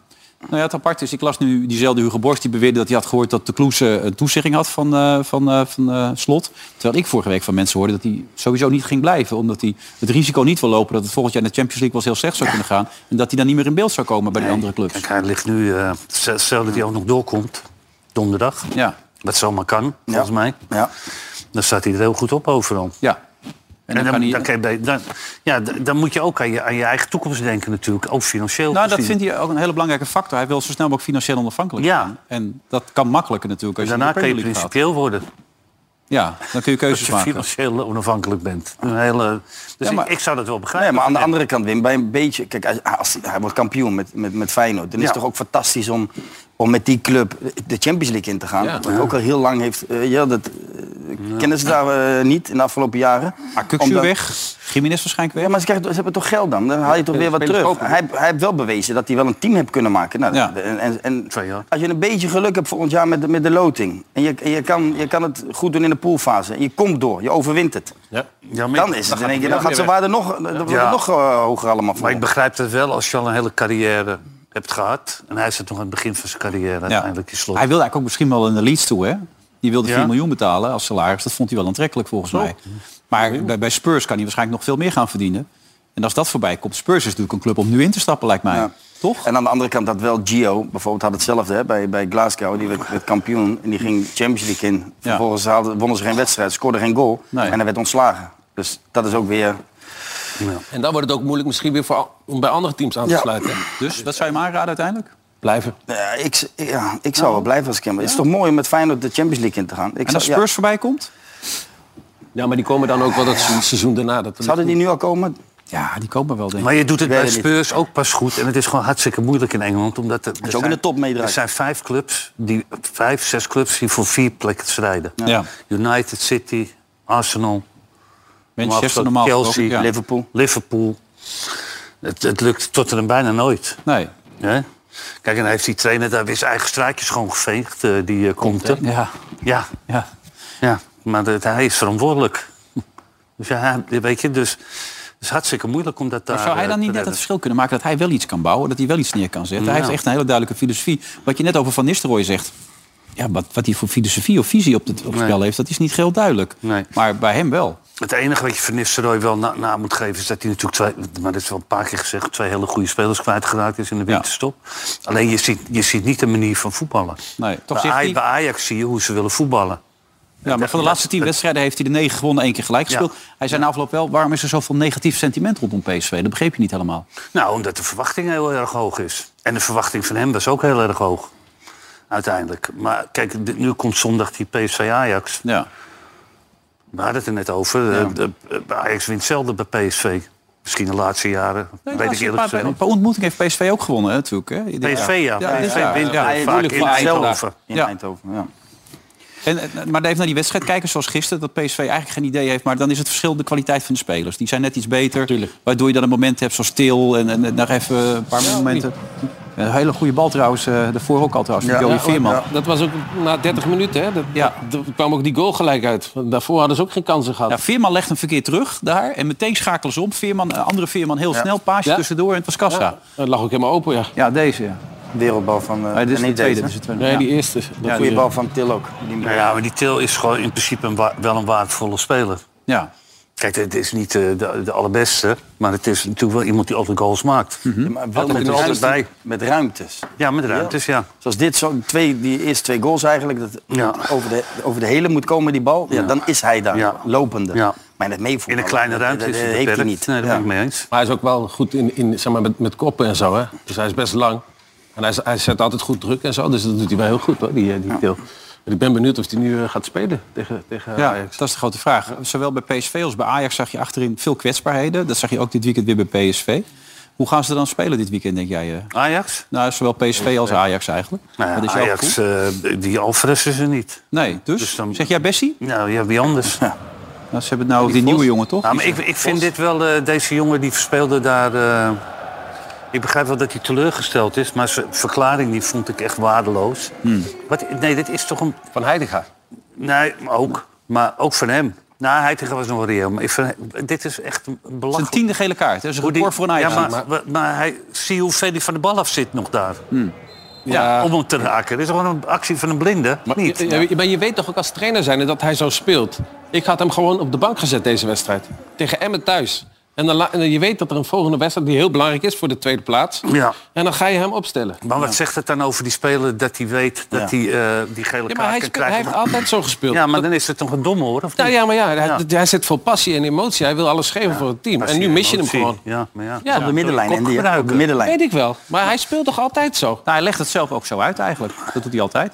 Speaker 2: Nou ja, het apart is, ik las nu diezelfde Hugo Borst die beweerde dat hij had gehoord dat de Kloese een toezegging had van, eh, van, eh, van eh, Slot. Terwijl ik vorige week van mensen hoorde dat hij sowieso niet ging blijven. Omdat hij het risico niet wil lopen dat het volgend jaar in de Champions League wel heel slecht zou kunnen gaan. En dat hij dan niet meer in beeld zou komen bij die andere clubs.
Speaker 5: Kijk, hij ligt nu... eh stel- stel dat hij ook nog doorkomt, donderdag.
Speaker 2: Ja,
Speaker 5: Wat zomaar kan, volgens mij.
Speaker 4: Ja.
Speaker 5: Dan staat hij er heel goed op overal.
Speaker 2: ja. En dan, kan hij...
Speaker 5: dan, kan je bij- dan- ja, d- dan moet je ook aan je, aan je eigen toekomst denken natuurlijk. Ook financieel
Speaker 2: nou, dat
Speaker 5: gezien.
Speaker 2: vindt hij ook een hele belangrijke factor. Hij wil zo snel mogelijk financieel onafhankelijk
Speaker 5: Ja.
Speaker 2: zijn. En dat kan makkelijker natuurlijk als je
Speaker 5: Daarna
Speaker 2: in de
Speaker 5: kan je
Speaker 2: Premier League gaat.
Speaker 5: principieel worden.
Speaker 2: Ja, dan kun je
Speaker 5: Als
Speaker 2: keuzes
Speaker 5: je
Speaker 2: maken.
Speaker 5: financieel onafhankelijk bent. Een hele, dus
Speaker 2: maar-
Speaker 5: ik, ik zou dat wel begrijpen.
Speaker 4: Nee, maar aan de andere kant, Wim, bij een beetje... Kijk, als, als- hij wordt kampioen met, met, met Feyenoord. Dan is
Speaker 5: Ja.
Speaker 4: het toch ook fantastisch om, om met die club de Champions League in te gaan.
Speaker 3: Ja.
Speaker 4: Wat ook al heel lang heeft... eh, ja, dat eh, kennen ze daar eh, niet in de afgelopen jaren.
Speaker 2: Maar Kukzu
Speaker 4: Omdat-
Speaker 2: weg, Jiménez waarschijnlijk
Speaker 4: Ja,
Speaker 2: weg.
Speaker 4: maar ze, krijgen, ze hebben toch geld dan? Dan haal je toch weer wat
Speaker 3: spelers
Speaker 4: terug.
Speaker 3: kopen.
Speaker 4: Hij, hij heeft wel bewezen dat hij wel een team heeft kunnen maken. Nou,
Speaker 2: Ja.
Speaker 4: en, en, en
Speaker 5: Twee jaar.
Speaker 4: als je een beetje geluk hebt volgend jaar met de, met de loting... en, je, en je, kan, je kan het goed doen in de poolfase... en je komt door, je overwint het...
Speaker 3: Ja.
Speaker 5: Ja, maar,
Speaker 4: dan
Speaker 5: ik,
Speaker 4: is het in één keer, dan gaat zijn waarde nog, dan wordt het
Speaker 5: Ja.
Speaker 4: nog eh, hoger allemaal voor.
Speaker 5: maar ik begrijp het wel als je al een hele carrière hebt gehad. En hij zit nog aan het begin van zijn carrière uiteindelijk in slot.
Speaker 2: Hij wilde eigenlijk ook misschien wel in de leads toe, hè? Die wilde
Speaker 5: Ja.
Speaker 2: 4 miljoen betalen als salaris. Dat vond hij wel aantrekkelijk volgens mij. Maar bij, bij Spurs kan hij waarschijnlijk nog veel meer gaan verdienen. En als dat voorbij komt, Spurs is natuurlijk een club om nu in te stappen, lijkt mij.
Speaker 4: Ja.
Speaker 2: Toch?
Speaker 4: En aan de andere kant dat wel Gio, bijvoorbeeld had hetzelfde hè, bij, bij Glasgow. Die werd, werd kampioen en die ging Champions League in. Vervolgens haalde, wonnen ze geen wedstrijd, scoorde geen goal
Speaker 2: Nee.
Speaker 4: en hij werd ontslagen. Dus dat is ook weer...
Speaker 3: En dan wordt het ook moeilijk misschien weer voor, al- om bij andere teams aan te
Speaker 4: Ja.
Speaker 3: sluiten.
Speaker 2: Dus wat zou je hem aanraden uiteindelijk?
Speaker 3: Blijven.
Speaker 4: eh, ik, ja, ik zou wel blijven als ik hem... Het is toch mooi om met Feyenoord de Champions League in te gaan. Ik
Speaker 2: En als
Speaker 4: zou, ja.
Speaker 2: Spurs voorbij komt?
Speaker 3: Ja, maar die komen dan ook wel dat se- seizoen daarna. Dat
Speaker 4: zouden die nu al komen?
Speaker 2: Ja, die komen wel, denk ik.
Speaker 5: Maar je doet het
Speaker 4: Ik weet
Speaker 5: bij
Speaker 4: het niet.
Speaker 5: Speurs ook pas goed. En het is gewoon hartstikke moeilijk in Engeland. Omdat er, er
Speaker 4: ook in de top meedraait.
Speaker 5: Er zijn vijf clubs, die, vijf, zes clubs die voor vier plekken strijden.
Speaker 2: Ja.
Speaker 5: United City, Arsenal,
Speaker 2: Manchester normaal
Speaker 5: Chelsea,
Speaker 2: gesproken, ja.
Speaker 4: Liverpool.
Speaker 5: Liverpool. Het, het lukt tot en bijna nooit.
Speaker 2: Nee.
Speaker 5: Hè? Kijk, en hij heeft die trainer daar weer zijn eigen straatjes schoongeveegd, eh die eh komt. Ja.
Speaker 2: Ja.
Speaker 5: ja,
Speaker 2: ja.
Speaker 5: ja, maar dat, hij is verantwoordelijk. Dus ja, hij- weet je, dus is hartstikke moeilijk om dat daar
Speaker 2: Maar zou hij
Speaker 5: eh,
Speaker 2: dan
Speaker 5: te
Speaker 2: niet net
Speaker 5: redden.
Speaker 2: het verschil kunnen maken dat hij wel iets kan bouwen, dat hij wel iets neer kan zetten? Hij
Speaker 5: Ja.
Speaker 2: heeft echt een hele duidelijke filosofie. Wat je net over Van Nistelrooy zegt, ja, wat, wat hij voor filosofie of visie op het, op het
Speaker 5: Nee.
Speaker 2: spel heeft, dat is niet heel duidelijk.
Speaker 5: Nee.
Speaker 2: Maar bij hem wel.
Speaker 5: Het enige wat je Van Nistelrooy wel na, na moet geven... is dat hij natuurlijk twee, maar dat is wel een paar keer gezegd... twee hele goede spelers kwijtgeraakt is in de
Speaker 2: Ja.
Speaker 5: winterstop. Alleen je ziet, je ziet niet de manier van voetballen.
Speaker 2: Nee, toch
Speaker 5: bij,
Speaker 2: zegt
Speaker 5: Aj-
Speaker 2: hij-
Speaker 5: bij Ajax zie je hoe ze willen voetballen.
Speaker 2: Ja, maar van de laatste tien wedstrijden heeft hij de negen gewonnen, één keer gelijk
Speaker 5: Ja.
Speaker 2: gespeeld. Hij zei na afloop wel, waarom is er zoveel negatief sentiment rondom PSV? Dat begreep je niet helemaal.
Speaker 5: Nou, omdat de verwachting heel erg hoog is. En de verwachting van hem was ook heel erg hoog. Uiteindelijk. Maar kijk, dit- nu komt zondag die PSV Ajax.
Speaker 2: Ja.
Speaker 5: We hadden het er net over. Eh, de- eh, Ajax wint zelden bij PSV. Misschien de laatste jaren.
Speaker 2: Nee,
Speaker 5: weet ik
Speaker 2: laatste
Speaker 5: eerlijk
Speaker 2: paar-
Speaker 5: gezegd.
Speaker 2: Een
Speaker 5: niet.
Speaker 2: paar ontmoetingen heeft PSV ook gewonnen, hè, natuurlijk. Hè? Dit jaar.
Speaker 5: PSV, ja.
Speaker 2: dit
Speaker 5: PSV
Speaker 2: jaar,
Speaker 5: wint
Speaker 2: ja.
Speaker 5: vaak in
Speaker 4: voor
Speaker 5: Eindhoven.
Speaker 4: Eindhoven. In
Speaker 2: Ja.
Speaker 4: Eindhoven, ja.
Speaker 2: En, eh, maar even naar die wedstrijd kijken, zoals gisteren, dat PSV eigenlijk geen idee heeft. Maar dan is het verschil de kwaliteit van de spelers. Die zijn net iets beter. Waardoor je dan een moment hebt zoals stil en, en, en nog even een paar momenten. Een hele goede bal trouwens, eh, daarvoor ook al trouwens, van Joey Veerman. Ja,
Speaker 3: Dat was ook na 30 minuten. Hè? Dat,
Speaker 2: Ja.
Speaker 3: dat- dat kwam ook die goal gelijk uit. Want Daarvoor hadden ze ook geen kansen gehad.
Speaker 2: Veerman legt hem verkeerd terug daar en meteen schakelen ze om. Veerman, eh, andere Veerman heel snel, paasje
Speaker 3: Ja.
Speaker 2: tussendoor en het was kassa. Ja,
Speaker 3: Dat lag ook helemaal open, ja.
Speaker 2: deze. Ja.
Speaker 4: Wereldbal van... eh
Speaker 2: Ah, dit is
Speaker 4: en
Speaker 2: de
Speaker 4: niet
Speaker 2: tweede.
Speaker 4: deze.
Speaker 2: Dit is de tweede.
Speaker 3: Nee,
Speaker 2: Ja.
Speaker 3: die eerste. Dat
Speaker 4: Goeie
Speaker 3: die-
Speaker 4: bal van Til ook. Die-
Speaker 5: Nou ja, maar die Til is gewoon in principe een wa- wel een waardevolle speler.
Speaker 2: Ja.
Speaker 5: Kijk, het is niet eh, de, de allerbeste, maar het is natuurlijk wel iemand die altijd goals maakt.
Speaker 4: Maar wel
Speaker 5: Altijd
Speaker 4: met,
Speaker 5: er altijd
Speaker 4: ruimte,
Speaker 5: bij.
Speaker 4: met ruimtes.
Speaker 5: Ja, met ruimtes, ja.
Speaker 4: Zoals dit, zo, twee, die eerste twee goals eigenlijk. Dat
Speaker 5: Ja.
Speaker 4: dat over, de, over de hele moet komen, die bal. Ja. Dan is hij daar,
Speaker 5: Ja.
Speaker 4: lopende.
Speaker 5: Ja.
Speaker 4: Maar in het meevoetballen,
Speaker 5: In een kleine ruimte
Speaker 4: dat,
Speaker 5: is
Speaker 4: dat
Speaker 5: hij
Speaker 4: heeft hij
Speaker 5: beperkt.
Speaker 4: niet.
Speaker 5: Nee, daar
Speaker 4: Ja.
Speaker 5: ben ik mee eens.
Speaker 3: Maar hij is ook wel goed in, in, zeg maar, met, met koppen en zo. Hè? Dus hij is best lang. En hij, is- hij zet altijd goed druk en zo. Dus dat doet hij wel heel goed hoor, die, eh, die Til. En Ik ben benieuwd of hij nu eh, gaat spelen tegen, tegen eh,
Speaker 2: Ja,
Speaker 3: Ajax.
Speaker 2: dat is de grote vraag. Zowel bij PSV als bij Ajax zag je achterin veel kwetsbaarheden. Dat zag je ook dit weekend weer bij PSV. Hoe gaan ze dan spelen dit weekend, denk jij? eh?
Speaker 5: Ajax?
Speaker 2: Nou, zowel PSV als Ajax eigenlijk.
Speaker 5: Nou ja,
Speaker 2: Wat is jouw
Speaker 5: Ajax,
Speaker 2: gevoel?
Speaker 5: eh, die Alvarez is er niet.
Speaker 2: Nee, dus?
Speaker 5: dus dan-
Speaker 2: Zeg jij Bessie?
Speaker 5: Nou ja, wie anders?
Speaker 2: Nou, ze hebben nou die, nieuwe jongen, toch?
Speaker 5: Nou, maar ik, ik vind dit wel, eh, deze jongen die verspeelde daar... eh, ik begrijp wel dat hij teleurgesteld is, maar zijn verklaring die vond ik echt waardeloos. Wat, nee, dit is toch een...
Speaker 3: Hmm. Van Heidega.
Speaker 5: Nee, maar ook. Maar ook van hem. Nou, hij tegen was nog reëel. Maar ik vind, dit is echt een
Speaker 2: Het is een
Speaker 5: belachelijk...
Speaker 2: tiende gele kaart. hè. Dat is een
Speaker 5: Hoe die-
Speaker 2: record voor een Ajax. Nou,
Speaker 5: Ja, maar, maar, maar hij, zie hoe ver hij van de bal af zit nog daar.
Speaker 3: Hmm. Ja.
Speaker 5: Om hem te raken. Dit is gewoon een actie van een blinde.
Speaker 3: Maar,
Speaker 5: niet.
Speaker 3: ja, ja, maar je weet toch ook als trainer zijn dat hij zo speelt. Ik had hem gewoon op de bank gezet deze wedstrijd. Tegen Emmen thuis. En, dan la- en je weet dat er een volgende wedstrijd die heel belangrijk is voor de tweede plaats.
Speaker 5: Ja.
Speaker 3: En dan ga je hem opstellen.
Speaker 5: Maar wat zegt het dan over die speler dat hij weet dat hij eh, die gele
Speaker 3: Ja, maar
Speaker 5: kaart
Speaker 3: hij,
Speaker 5: kan
Speaker 3: spe- hij
Speaker 5: krijgen?
Speaker 3: heeft altijd zo gespeeld.
Speaker 5: Ja, maar dan is het toch een domme hoor? Of
Speaker 3: Nou
Speaker 5: niet?
Speaker 3: ja, maar ja, hij,
Speaker 5: Ja.
Speaker 3: hij zit vol passie en emotie. Hij wil alles geven voor het team. En nu mis je hem
Speaker 5: Emotie.
Speaker 3: gewoon.
Speaker 5: Ja, maar ja.
Speaker 3: Ja,
Speaker 4: Op de middenlijn. En die, op de
Speaker 5: gebruiken.
Speaker 4: middenlijn.
Speaker 3: weet ik wel. Maar hij speelt toch altijd zo?
Speaker 2: Nou, hij legt het zelf ook zo uit eigenlijk. Dat doet hij altijd.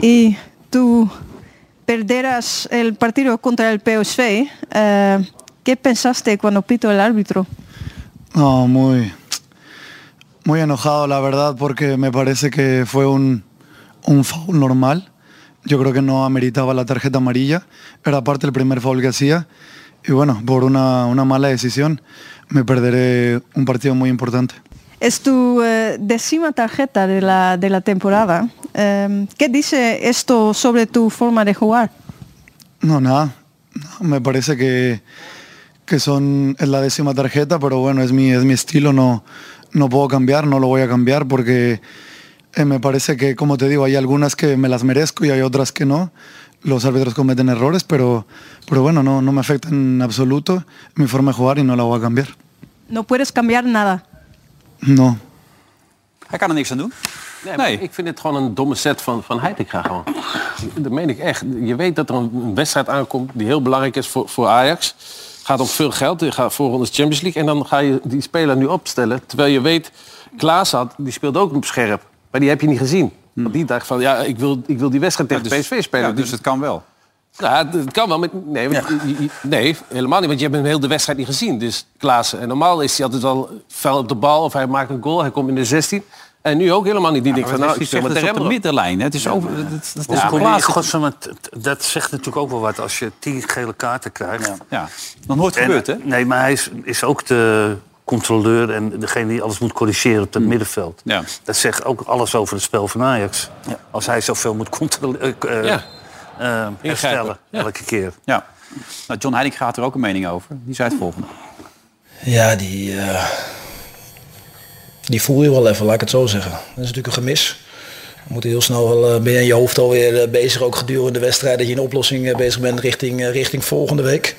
Speaker 6: y tú perderas el partido contra el PSV, eh, ¿qué pensaste cuando pito el árbitro?
Speaker 7: No, muy, muy enojado, la verdad, porque me parece que fue un, un foul normal. Yo creo que no ameritaba la tarjeta amarilla. Era parte del primer foul que hacía. Y bueno, por una, una mala decisión me perderé un partido muy importante.
Speaker 6: Es tu eh, décima tarjeta de la, de la temporada. Eh, ¿Qué dice esto sobre tu forma de jugar?
Speaker 7: No, nada. No, me parece que, que son, es la décima tarjeta, pero bueno, es mi, es mi estilo, no, no puedo cambiar, no lo voy a cambiar porque eh, me parece que, como te digo, hay algunas que me las merezco y hay otras que no. Los árbitros cometen errores, pero, pero bueno, no, no me afecta en absoluto mi forma de jugar y no la voy a cambiar.
Speaker 6: No puedes cambiar nada.
Speaker 7: No.
Speaker 2: Hij kan er niks aan doen.
Speaker 3: Nee,
Speaker 2: Nee.
Speaker 3: maar Ik vind dit gewoon een domme set van, van Heitinga gewoon. Dat meen ik echt. Je weet dat er een, een wedstrijd aankomt die heel belangrijk is voor, voor Ajax. Gaat om veel geld. Je gaat voor ons Champions League. En dan ga je die speler nu opstellen. Terwijl je weet, Klaas had, die speelde ook op scherp. Maar die heb je niet gezien. Want die dacht van, ja, ik wil, ik wil die wedstrijd tegen
Speaker 2: Dus-
Speaker 3: PSV spelen.
Speaker 2: Hmm. ja,
Speaker 3: Die-
Speaker 2: dus het kan wel.
Speaker 3: Nou, het kan wel. Maar nee, want je- je- nee, helemaal niet. Want je hebt hem heel de wedstrijd niet gezien. Dus Klaassen. En normaal is hij altijd al fel op de bal. Of hij maakt een goal. Hij komt in de 16. En nu ook helemaal niet. Die denkt van, nou, ik
Speaker 2: ik zeg,
Speaker 3: speel maar
Speaker 2: het
Speaker 3: de
Speaker 2: is op de
Speaker 3: remmen.
Speaker 2: middenlijn. hè. Het is over, dat, dat, dat is
Speaker 5: Ja,
Speaker 2: een
Speaker 5: maar
Speaker 2: plaats.
Speaker 5: die- godsnaam, het- dat zegt natuurlijk ook wel wat als je tien gele kaarten krijgt.
Speaker 2: Ja, nog nooit
Speaker 5: En-
Speaker 2: gebeurd, hè?
Speaker 5: Nee, maar hij is, is ook de controleur en degene die alles moet corrigeren op het
Speaker 4: Hm.
Speaker 5: middenveld.
Speaker 2: Ja.
Speaker 5: Dat zegt ook alles over het spel van Ajax. Als hij zoveel moet controleren, eh, eh,
Speaker 3: Ja.
Speaker 5: herstellen
Speaker 3: Ja.
Speaker 5: elke keer.
Speaker 2: Ja. Nou, John Heining gaat er ook een mening over. Die zei het volgende.
Speaker 8: Ja, die, eh, die voel je wel even, laat ik het zo zeggen. Dat is natuurlijk een gemis. We moeten heel snel wel, eh, ben je in je hoofd alweer eh, bezig, ook gedurende de wedstrijd, dat je in oplossing eh, bezig bent richting, eh, richting volgende week.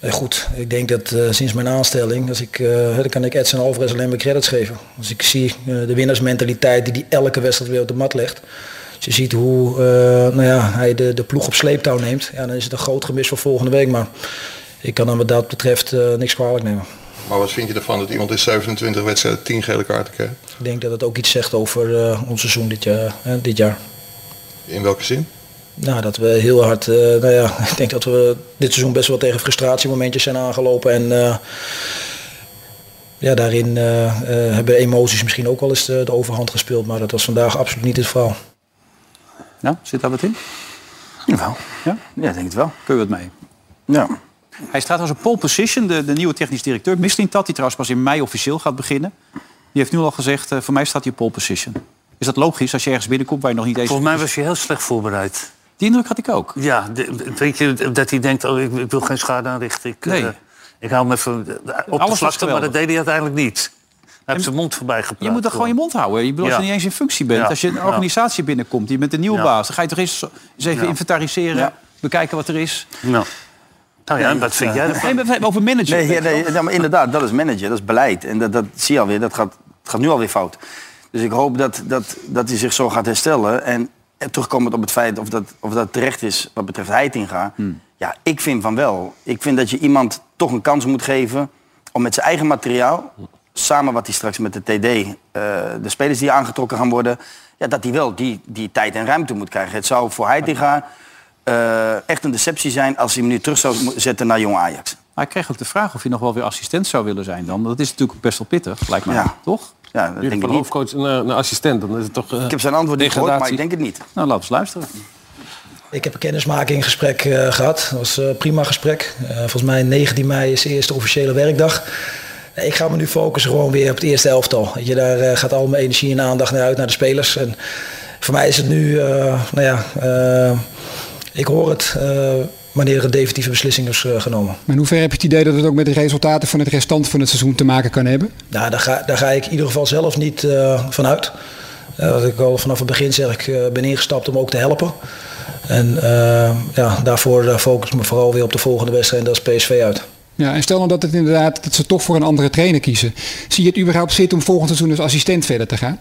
Speaker 8: Nee, goed, ik denk dat eh, sinds mijn aanstelling, als ik, eh, dan kan ik Edson Alvarez alleen maar credits geven. Als ik zie eh, de winnaarsmentaliteit die hij elke wedstrijd weer op de mat legt. Als je ziet hoe eh, nou ja, hij de, de ploeg op sleeptouw neemt, ja, dan is het een groot gemis voor volgende week. Maar ik kan hem wat dat betreft eh, niks kwalijk nemen.
Speaker 9: Maar wat vind je ervan dat iemand in 27 wedstrijden 10 gele kaarten kreeg?
Speaker 8: Ik denk dat het ook iets zegt over eh, ons seizoen dit jaar, hè, dit jaar.
Speaker 9: In welke zin?
Speaker 8: Nou, dat we heel hard, eh, nou ja, ik denk dat we dit seizoen best wel tegen frustratiemomentjes zijn aangelopen. En eh, ja, daarin eh, eh, hebben emoties misschien ook wel eens eh, de, de overhand gespeeld. Maar dat was vandaag absoluut niet het verhaal.
Speaker 2: Ja, zit daar wat in?
Speaker 4: Jawel.
Speaker 2: Ja?
Speaker 4: Ja, ik denk het wel.
Speaker 2: Kun je wat mee?
Speaker 4: Ja.
Speaker 2: Hij staat als een pole position, de, de nieuwe technisch directeur. Mistin Tat, die trouwens pas in mei officieel gaat beginnen. Die heeft nu al gezegd, eh, voor mij staat hij op pole position. Is dat logisch als je ergens binnenkomt waar je nog niet eens...
Speaker 5: Volgens mij was je heel slecht voorbereid.
Speaker 2: Die indruk had ik ook.
Speaker 5: Ja, de- weet je, dat hij denkt, oh, ik, ik wil geen schade aanrichten. Ik,
Speaker 2: Nee.
Speaker 5: eh, ik hou hem even eh, op
Speaker 2: was
Speaker 5: de vlakte, maar
Speaker 2: geweldig.
Speaker 5: dat deed hij uiteindelijk niet. Hij heeft zijn mond voorbij gepraat.
Speaker 2: Je moet dan gewoon je mond houden. Je bedoelt
Speaker 5: Ja.
Speaker 2: als je niet eens in functie bent.
Speaker 5: Ja.
Speaker 2: Als je in een
Speaker 5: Ja.
Speaker 2: organisatie binnenkomt, die met een nieuwe
Speaker 5: Ja.
Speaker 2: baas... dan ga je toch eens, eens even
Speaker 5: Ja.
Speaker 2: inventariseren,
Speaker 4: Ja.
Speaker 2: bekijken wat er is.
Speaker 5: Nou, nou ja, en wat vind jij ervan?
Speaker 2: Nee, maar we hebben over manager.
Speaker 4: Nee, ja, nee, ja, maar inderdaad, dat is manager, dat is beleid. En dat, dat zie je alweer, dat gaat, het gaat nu alweer fout. Dus ik hoop dat, dat, dat hij zich zo gaat herstellen. En eh, terugkomend op het feit of dat, of dat terecht is wat betreft Heitinga. Ja, ik vind van wel. Ik vind dat je iemand toch een kans moet geven om met zijn eigen materiaal... samen wat hij straks met de TD, eh, de spelers die aangetrokken gaan worden... Ja, dat hij wel die, die tijd en ruimte moet krijgen. Het zou voor Heitinga eh, echt een deceptie zijn als hij hem nu terug zou mo- zetten naar jong Ajax.
Speaker 2: Maar ik kreeg ook de vraag of je nog wel weer assistent zou willen zijn dan. Dat is natuurlijk best wel pittig, lijkt mij.
Speaker 4: Ja.
Speaker 2: Toch?
Speaker 4: Ja, dat
Speaker 3: Jullie
Speaker 4: denk ik
Speaker 3: van
Speaker 4: niet.
Speaker 3: hoofdcoach naar, naar assistent, dan is het toch... eh,
Speaker 4: Ik heb zijn antwoord niet gehoord, maar ik denk het niet.
Speaker 2: Nou, laten we eens luisteren.
Speaker 8: Ik heb een kennismaking gesprek eh, gehad. Dat was eh, een prima gesprek. Eh, volgens mij 19 mei is de eerste officiële werkdag. Nee, ik ga me nu focussen gewoon weer op het eerste elftal. Weet je, daar eh, gaat al mijn energie en aandacht naar uit naar de spelers. En voor mij is het nu, eh, nou ja, eh, ik hoor het eh, wanneer er definitieve beslissing is eh, genomen.
Speaker 10: Maar in hoeverre heb je het idee dat het ook met de resultaten van het restant van het seizoen te maken kan hebben?
Speaker 8: Nou, daar ga, daar ga ik in ieder geval zelf niet eh van uit. Eh, wat ik al vanaf het begin zeg, ik eh, ben ingestapt om ook te helpen. En eh, ja, daarvoor eh, focus ik me vooral weer op de volgende wedstrijd en dat is PSV uit.
Speaker 10: Ja, en stel nou dat het inderdaad dat ze toch voor een andere trainer kiezen. Zie je het überhaupt zitten om volgend seizoen als assistent verder te gaan?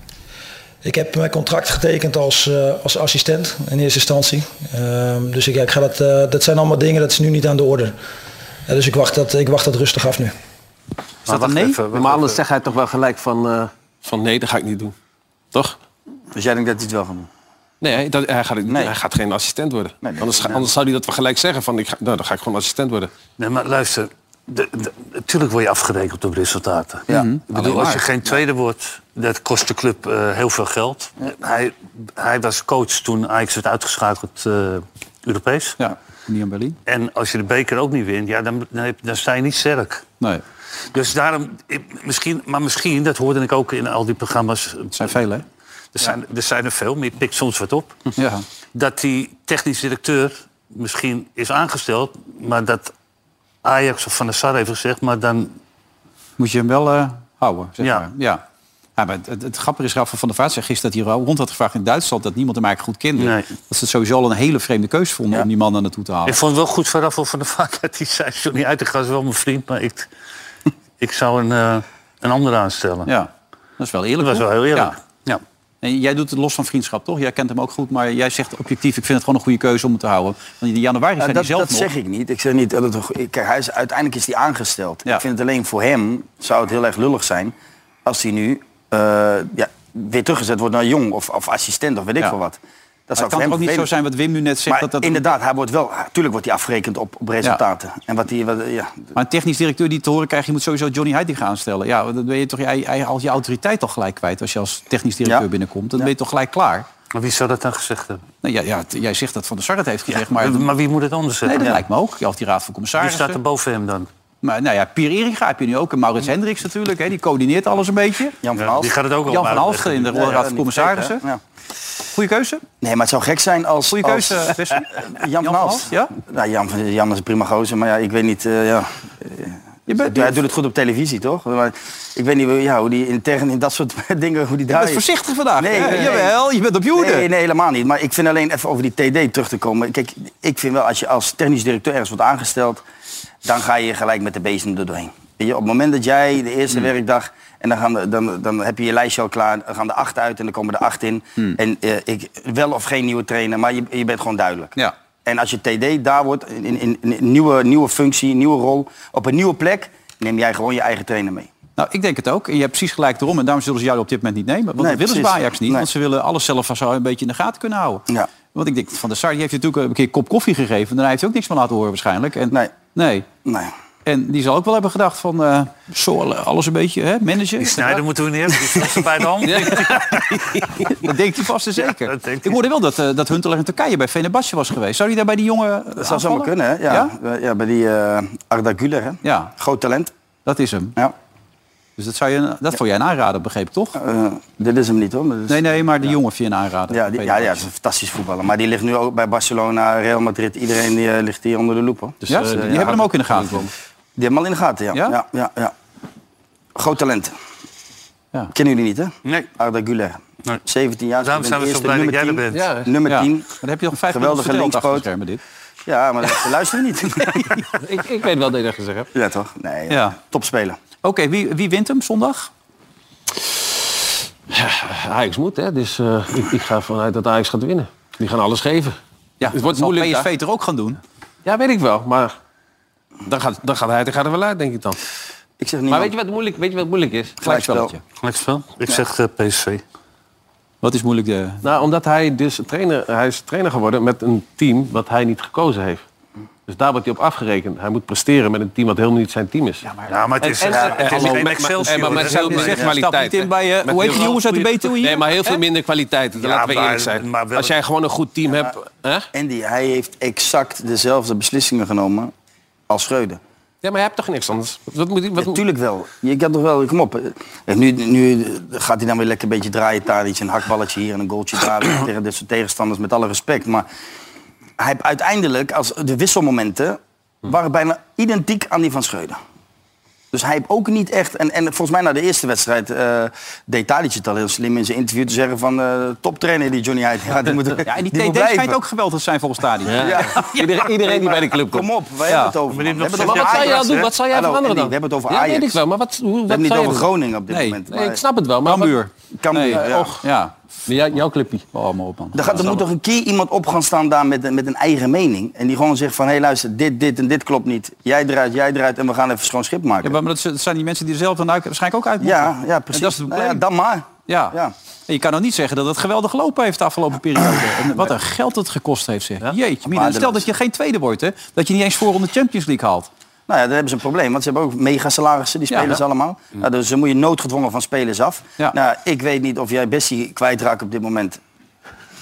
Speaker 8: Ik heb mijn contract getekend als, eh, als assistent in eerste instantie. Ehm, dus ik, ja, ik ga dat, eh, dat zijn allemaal dingen, dat is nu niet aan de orde. Eh, dus ik wacht, dat, ik wacht dat rustig af nu.
Speaker 2: Is dat een nee?
Speaker 3: Maar anders zegt hij toch wel gelijk van, eh, van nee, dat ga ik niet doen. Toch?
Speaker 4: Dus jij denkt dat hij het wel gaat doen?
Speaker 3: Nee, dat, hij, gaat,
Speaker 4: Nee.
Speaker 3: hij gaat geen assistent worden.
Speaker 4: Nee, nee,
Speaker 3: anders, ga-
Speaker 4: nee.
Speaker 3: anders zou hij dat wel gelijk zeggen van ik ga, nou, dan ga ik gewoon assistent worden.
Speaker 5: Nee, maar luister, de- de- natuurlijk word je afgerekend op resultaten.
Speaker 4: Ja.
Speaker 5: Ik bedoel, als je geen tweede wordt, dat kost de club eh, heel veel geld. Hij, hij was coach toen Ajax werd uitgeschakeld eh, Europees.
Speaker 2: Ja, niet aan Berlin.
Speaker 5: En als je de beker ook niet wint, ja, dan, dan, heb- dan sta je niet sterk.
Speaker 2: Nee,
Speaker 5: Dus daarom, ik- misschien, maar misschien, dat hoorde ik ook in al die programma's. eh,
Speaker 2: het zijn veel, hè?
Speaker 5: Er zijn, er, zijn er veel, maar je pikt soms wat op.
Speaker 2: Ja.
Speaker 5: Dat die technisch directeur misschien is aangesteld, maar dat Ajax of Van der Sar heeft gezegd, maar dan
Speaker 2: Moet je hem wel eh, houden, zeg
Speaker 5: Ja.
Speaker 2: maar. Ja. Ja, maar het, het, het grappige is, Rafa van der Vaart zei gisteren dat hij rond had gevraagd in Duitsland... dat niemand hem eigenlijk goed kende.
Speaker 5: Nee.
Speaker 2: Dat ze het sowieso al een hele vreemde keus vonden om die man naar naartoe te halen.
Speaker 5: Ik vond het wel goed van Rafael van der Vaart dat hij zei... Johnny Uitegas is wel mijn vriend, maar ik, ik zou een, eh, een ander aanstellen.
Speaker 2: Ja, dat is wel
Speaker 5: Dat
Speaker 2: eerlijk.
Speaker 5: was wel
Speaker 2: hoor.
Speaker 5: heel eerlijk.
Speaker 2: Ja.
Speaker 5: Ja.
Speaker 2: En jij doet het los van vriendschap, toch? Jij kent hem ook goed, maar jij zegt objectief... ik vind het gewoon een goede keuze om hem te houden. Want in januari zijn
Speaker 4: Nou,
Speaker 2: die
Speaker 4: dat
Speaker 2: zelf
Speaker 4: dat
Speaker 2: nog.
Speaker 4: zeg ik niet. Ik zeg niet. eh, Dat, ik- kijk, hij is, uiteindelijk is hij aangesteld.
Speaker 2: Ja.
Speaker 4: Ik vind het alleen voor hem zou het heel erg lullig zijn als hij nu eh, ja, weer teruggezet wordt naar jong of, of assistent of weet ik
Speaker 2: Ja.
Speaker 4: veel wat. Dat
Speaker 2: Maar het
Speaker 4: zou
Speaker 2: kan
Speaker 4: voor
Speaker 2: toch
Speaker 4: hem
Speaker 2: ook niet zo
Speaker 4: vervelend
Speaker 2: zijn wat Wim nu net zegt...
Speaker 4: Maar
Speaker 2: dat dat
Speaker 4: inderdaad, hij wordt wel, natuurlijk wordt hij afgerekend op, op resultaten. En wat hij, wat, ja,
Speaker 2: Maar een technisch directeur die te horen krijgt, je moet sowieso Johnny Heiting gaan aanstellen. Ja, dan ben je toch je, je, al je autoriteit al gelijk kwijt als je als technisch directeur
Speaker 4: Ja.
Speaker 2: binnenkomt. Dan ben je toch gelijk klaar.
Speaker 5: Maar wie zou dat dan gezegd hebben?
Speaker 2: Nou, ja, ja, t- jij zegt dat Van der Sar het heeft gezegd, maar...
Speaker 5: Maar, wie moet het anders
Speaker 2: Nee,
Speaker 5: zeggen?
Speaker 2: dat
Speaker 5: Ja.
Speaker 2: lijkt me ook. Je had die raad van
Speaker 5: Wie
Speaker 2: commissarissen.
Speaker 5: staat er boven hem dan?
Speaker 2: Maar nou ja, Pier Erika heb je nu ook. En Maurits Hendricks natuurlijk. Hè, die coördineert alles een beetje.
Speaker 4: Jan van
Speaker 5: Ja, die
Speaker 4: Hals.
Speaker 5: gaat het ook al
Speaker 2: Jan van
Speaker 5: uitleggen.
Speaker 2: Halsten in de
Speaker 4: Ja, ja,
Speaker 2: raad van
Speaker 4: niet
Speaker 2: commissarissen.
Speaker 4: vergeten, hè? Ja.
Speaker 2: Goeie keuze.
Speaker 4: Nee, maar het zou gek zijn als...
Speaker 2: Goeie
Speaker 4: als-
Speaker 2: keuze, Wessel.
Speaker 4: Jan van Hals.
Speaker 2: Ja?
Speaker 4: Nou, Jan, van- Jan is een prima gozer, maar ja, ik weet niet. eh, ja. Eh, Je bent, hij doet het goed op televisie, toch? Maar ik weet niet hoe- ja, hoe die intern in dat soort dingen... Hoe die
Speaker 2: Je
Speaker 4: daar
Speaker 2: bent
Speaker 4: is.
Speaker 2: voorzichtig vandaag.
Speaker 4: Nee,
Speaker 2: Ja,
Speaker 4: nee, nee.
Speaker 2: Jawel, je bent op je hoede.
Speaker 4: Nee, nee, helemaal niet. Maar ik vind alleen even over die TD terug te komen. Kijk, ik vind wel als je als technisch directeur ergens wordt aangesteld, dan ga je gelijk met de bezem er doorheen. Weet je, op het moment dat jij de
Speaker 2: Hmm.
Speaker 4: eerste werkdag en dan, gaan de- dan, dan heb je je lijstje al klaar, dan gaan de acht uit en dan komen de acht in.
Speaker 2: Hmm.
Speaker 4: En eh, ik, wel of geen nieuwe trainer, maar je, je bent gewoon duidelijk.
Speaker 2: Ja.
Speaker 4: En als je TD daar wordt, in, in, in een nieuwe, nieuwe functie, nieuwe rol, op een nieuwe plek, neem jij gewoon je eigen trainer mee.
Speaker 2: Nou, ik denk het ook. En je hebt precies gelijk erom. En daarom zullen ze jou op dit moment niet nemen. Want
Speaker 4: Nee,
Speaker 2: dat willen ze bij
Speaker 4: precies.
Speaker 2: Ajax niet.
Speaker 4: Nee.
Speaker 2: Want ze willen alles zelf van zo een beetje in de gaten kunnen houden.
Speaker 4: Ja.
Speaker 2: Want ik denk, Van der Sar die heeft je natuurlijk een keer een kop koffie gegeven. En daar heeft hij ook niks van laten horen waarschijnlijk. En,
Speaker 4: Nee.
Speaker 2: nee.
Speaker 4: Nee.
Speaker 2: En die zal ook wel hebben gedacht van... eh zo, alles een beetje, hè, manager.
Speaker 5: Nee, dat moeten we niet hebben. Die is bij de hand.
Speaker 2: Dat denkt hij vast en zeker.
Speaker 5: dat denkt
Speaker 2: ik hoorde wel dat, eh dat Huntelaar in Turkije bij Fenerbahce was geweest. Zou hij daar bij die jongen eh,
Speaker 4: Dat zou zomaar kunnen, hè? Ja,
Speaker 2: Ja?
Speaker 4: ja? bij die eh Arda Güler, hè?
Speaker 2: Ja,
Speaker 4: Groot talent.
Speaker 2: dat is hem.
Speaker 4: Ja.
Speaker 2: Dus dat, zou je, dat vond jij een aanrader, begreep ik, toch?
Speaker 4: Eh, dit is hem niet hoor. maar dit is-
Speaker 2: Nee, nee, maar die jongen vind je een aanrader.
Speaker 4: Ja, die, ja, ja, het is een fantastisch voetballer. Maar die ligt nu ook bij Barcelona, Real Madrid. Iedereen die, eh, ligt hier onder de loep. hoor. Dus,
Speaker 2: Ja,
Speaker 4: eh,
Speaker 2: die
Speaker 4: ja,
Speaker 2: hebben hem ook in de gaten.
Speaker 4: Die hebben hem al in de gaten, ja.
Speaker 2: Ja?
Speaker 4: ja? ja, ja, Groot talent.
Speaker 2: Ja.
Speaker 4: Kennen jullie niet, hè?
Speaker 5: Nee.
Speaker 4: Arda Güler.
Speaker 5: Nee.
Speaker 4: 17 jaar.
Speaker 5: Daarom
Speaker 4: je
Speaker 5: zijn we zo
Speaker 4: eerste,
Speaker 5: blij dat jij er
Speaker 4: nummer
Speaker 5: bent.
Speaker 4: 10. Nummer
Speaker 2: Ja.
Speaker 4: 10.
Speaker 2: Maar dan heb je nog vijf minuten
Speaker 4: Geweldige
Speaker 2: verteld achter de
Speaker 4: linkspoot.
Speaker 2: schermen, dit.
Speaker 4: Ja, maar ze luisteren niet.
Speaker 3: Ik, ik weet wel dat je dat gezegd hebt.
Speaker 4: ja, toch? Nee,
Speaker 2: Ja.
Speaker 4: topspeler.
Speaker 2: Oké, wie, wie wint hem zondag?
Speaker 3: Ajax moet, hè. Dus eh, ik, ik ga vanuit dat Ajax gaat winnen. Die gaan alles geven.
Speaker 2: Ja,
Speaker 3: Het wordt
Speaker 2: dat zal
Speaker 3: moeilijk,
Speaker 2: PSV er ook gaan doen.
Speaker 3: Ja, weet ik wel. Maar dan gaat, dan gaat hij dan gaat er wel uit, denk ik dan.
Speaker 4: Ik zeg niet.
Speaker 3: Maar weet je wat moeilijk, weet je wat moeilijk is?
Speaker 2: Gelijkspelletje.
Speaker 5: Gelijkspel? Ik zeg eh, PSV.
Speaker 2: Wat is moeilijk de...
Speaker 3: Nou, omdat hij dus trainer, hij is trainer geworden met een team wat hij niet gekozen heeft. Dus daar wordt hij op afgerekend. Hij moet presteren met een team wat helemaal niet zijn team is. Ja, maar
Speaker 5: Ja, maar het is,
Speaker 3: En- en-
Speaker 5: het is
Speaker 3: en-
Speaker 5: geen
Speaker 3: maar-
Speaker 5: Excelsior. Dus
Speaker 3: en- maar Eh, met
Speaker 5: hè?
Speaker 3: heel
Speaker 5: Nee,
Speaker 3: veel
Speaker 5: nee.
Speaker 2: stap
Speaker 3: kwaliteit.
Speaker 2: niet in bij, eh, hoe heet die jongens uit de BTO hier?
Speaker 3: Nee, maar heel veel
Speaker 2: Hè?
Speaker 3: minder kwaliteit.
Speaker 5: Ja,
Speaker 3: laten we
Speaker 5: maar-
Speaker 3: eerlijk zijn.
Speaker 5: maar wel-
Speaker 3: Als jij gewoon een goed team hebt... Hè?
Speaker 4: Andy, hij heeft exact dezelfde beslissingen genomen als Schreuder.
Speaker 3: Ja, maar je hebt toch niks anders? Wat moet, wat, moet-
Speaker 4: Natuurlijk wel. Je kan toch wel, kom op. En nu, nu eh, gaat hij dan weer lekker een beetje draaien daar. Iets een hakballetje hier en een goaltje daar. tegen dit soort tegenstanders, met alle respect. Maar hij heeft uiteindelijk, als de wisselmomenten...
Speaker 3: Hm.
Speaker 4: waren bijna identiek aan die van Schreuder. Dus hij heeft ook niet echt... En, en volgens mij na de eerste wedstrijd eh deed Tadic het al heel slim in zijn interview... te zeggen van eh toptrainer die Johnny Heid. Ja, die moet,
Speaker 2: Ja, en die,
Speaker 4: moet
Speaker 2: TD
Speaker 4: blijven.
Speaker 2: schijnt ook geweldig te zijn volgens Stadion.
Speaker 3: Ja. Iedereen, iedereen die bij de club komt.
Speaker 4: Kom op, wij
Speaker 2: Ja.
Speaker 4: hebben het over.
Speaker 5: Maar die
Speaker 4: man.
Speaker 5: heeft
Speaker 4: We
Speaker 5: nog
Speaker 4: hebben
Speaker 3: Maar
Speaker 4: het
Speaker 3: wat
Speaker 5: steeds
Speaker 4: over
Speaker 5: Ajax,
Speaker 3: zou jij
Speaker 4: Ajax,
Speaker 3: doen?
Speaker 4: hè?
Speaker 3: Wat zou jij
Speaker 4: Hallo,
Speaker 3: veranderen dan?
Speaker 4: Andy, We hebben het over
Speaker 3: ja,
Speaker 4: Ajax.
Speaker 3: weet ik wel. Maar wat, hoe, wat
Speaker 4: We hebben het
Speaker 3: zou
Speaker 4: niet over
Speaker 3: jij doen?
Speaker 4: Groningen op dit
Speaker 2: Nee,
Speaker 4: moment.
Speaker 3: Nee, ik snap het wel. Maar
Speaker 2: Cambuur.
Speaker 3: wat-
Speaker 4: Cambuur,
Speaker 2: Nee,
Speaker 4: ja.
Speaker 2: och, ja.
Speaker 3: Ja, jouw clubje.
Speaker 2: Oh, maar op, man.
Speaker 4: Er, gaat, er moet toch een keer iemand op gaan staan daar met, een- met een eigen mening. En die gewoon zegt van, hé hey, luister, dit, dit en dit klopt niet. Jij eruit, jij eruit en we gaan even schoon schip
Speaker 2: Ja,
Speaker 4: maken. Ja,
Speaker 2: maar dat z- dat zijn die mensen die er zelf dan uit, waarschijnlijk ook uit moeten.
Speaker 4: ja,
Speaker 2: En
Speaker 4: precies.
Speaker 2: dat is het
Speaker 4: Nou ja,
Speaker 2: probleem.
Speaker 4: dan maar.
Speaker 2: ja.
Speaker 4: ja.
Speaker 2: En je kan nog niet zeggen dat het geweldig gelopen heeft de afgelopen periode. En wat een geld het gekost heeft, zeg. Jeetje, mina.
Speaker 4: Maar
Speaker 2: En Stel
Speaker 4: de
Speaker 2: dat
Speaker 4: laatste-
Speaker 2: je geen tweede wordt, hè. Dat je niet eens voor om de Champions League haalt.
Speaker 4: Nou ja, daar hebben ze een probleem. Want ze hebben ook mega salarissen, die
Speaker 2: Ja.
Speaker 4: spelers allemaal. Nou, dus dan moet je noodgedwongen van spelers af.
Speaker 2: Ja.
Speaker 4: Nou, ik weet niet of jij Bessie kwijtraakt op dit moment.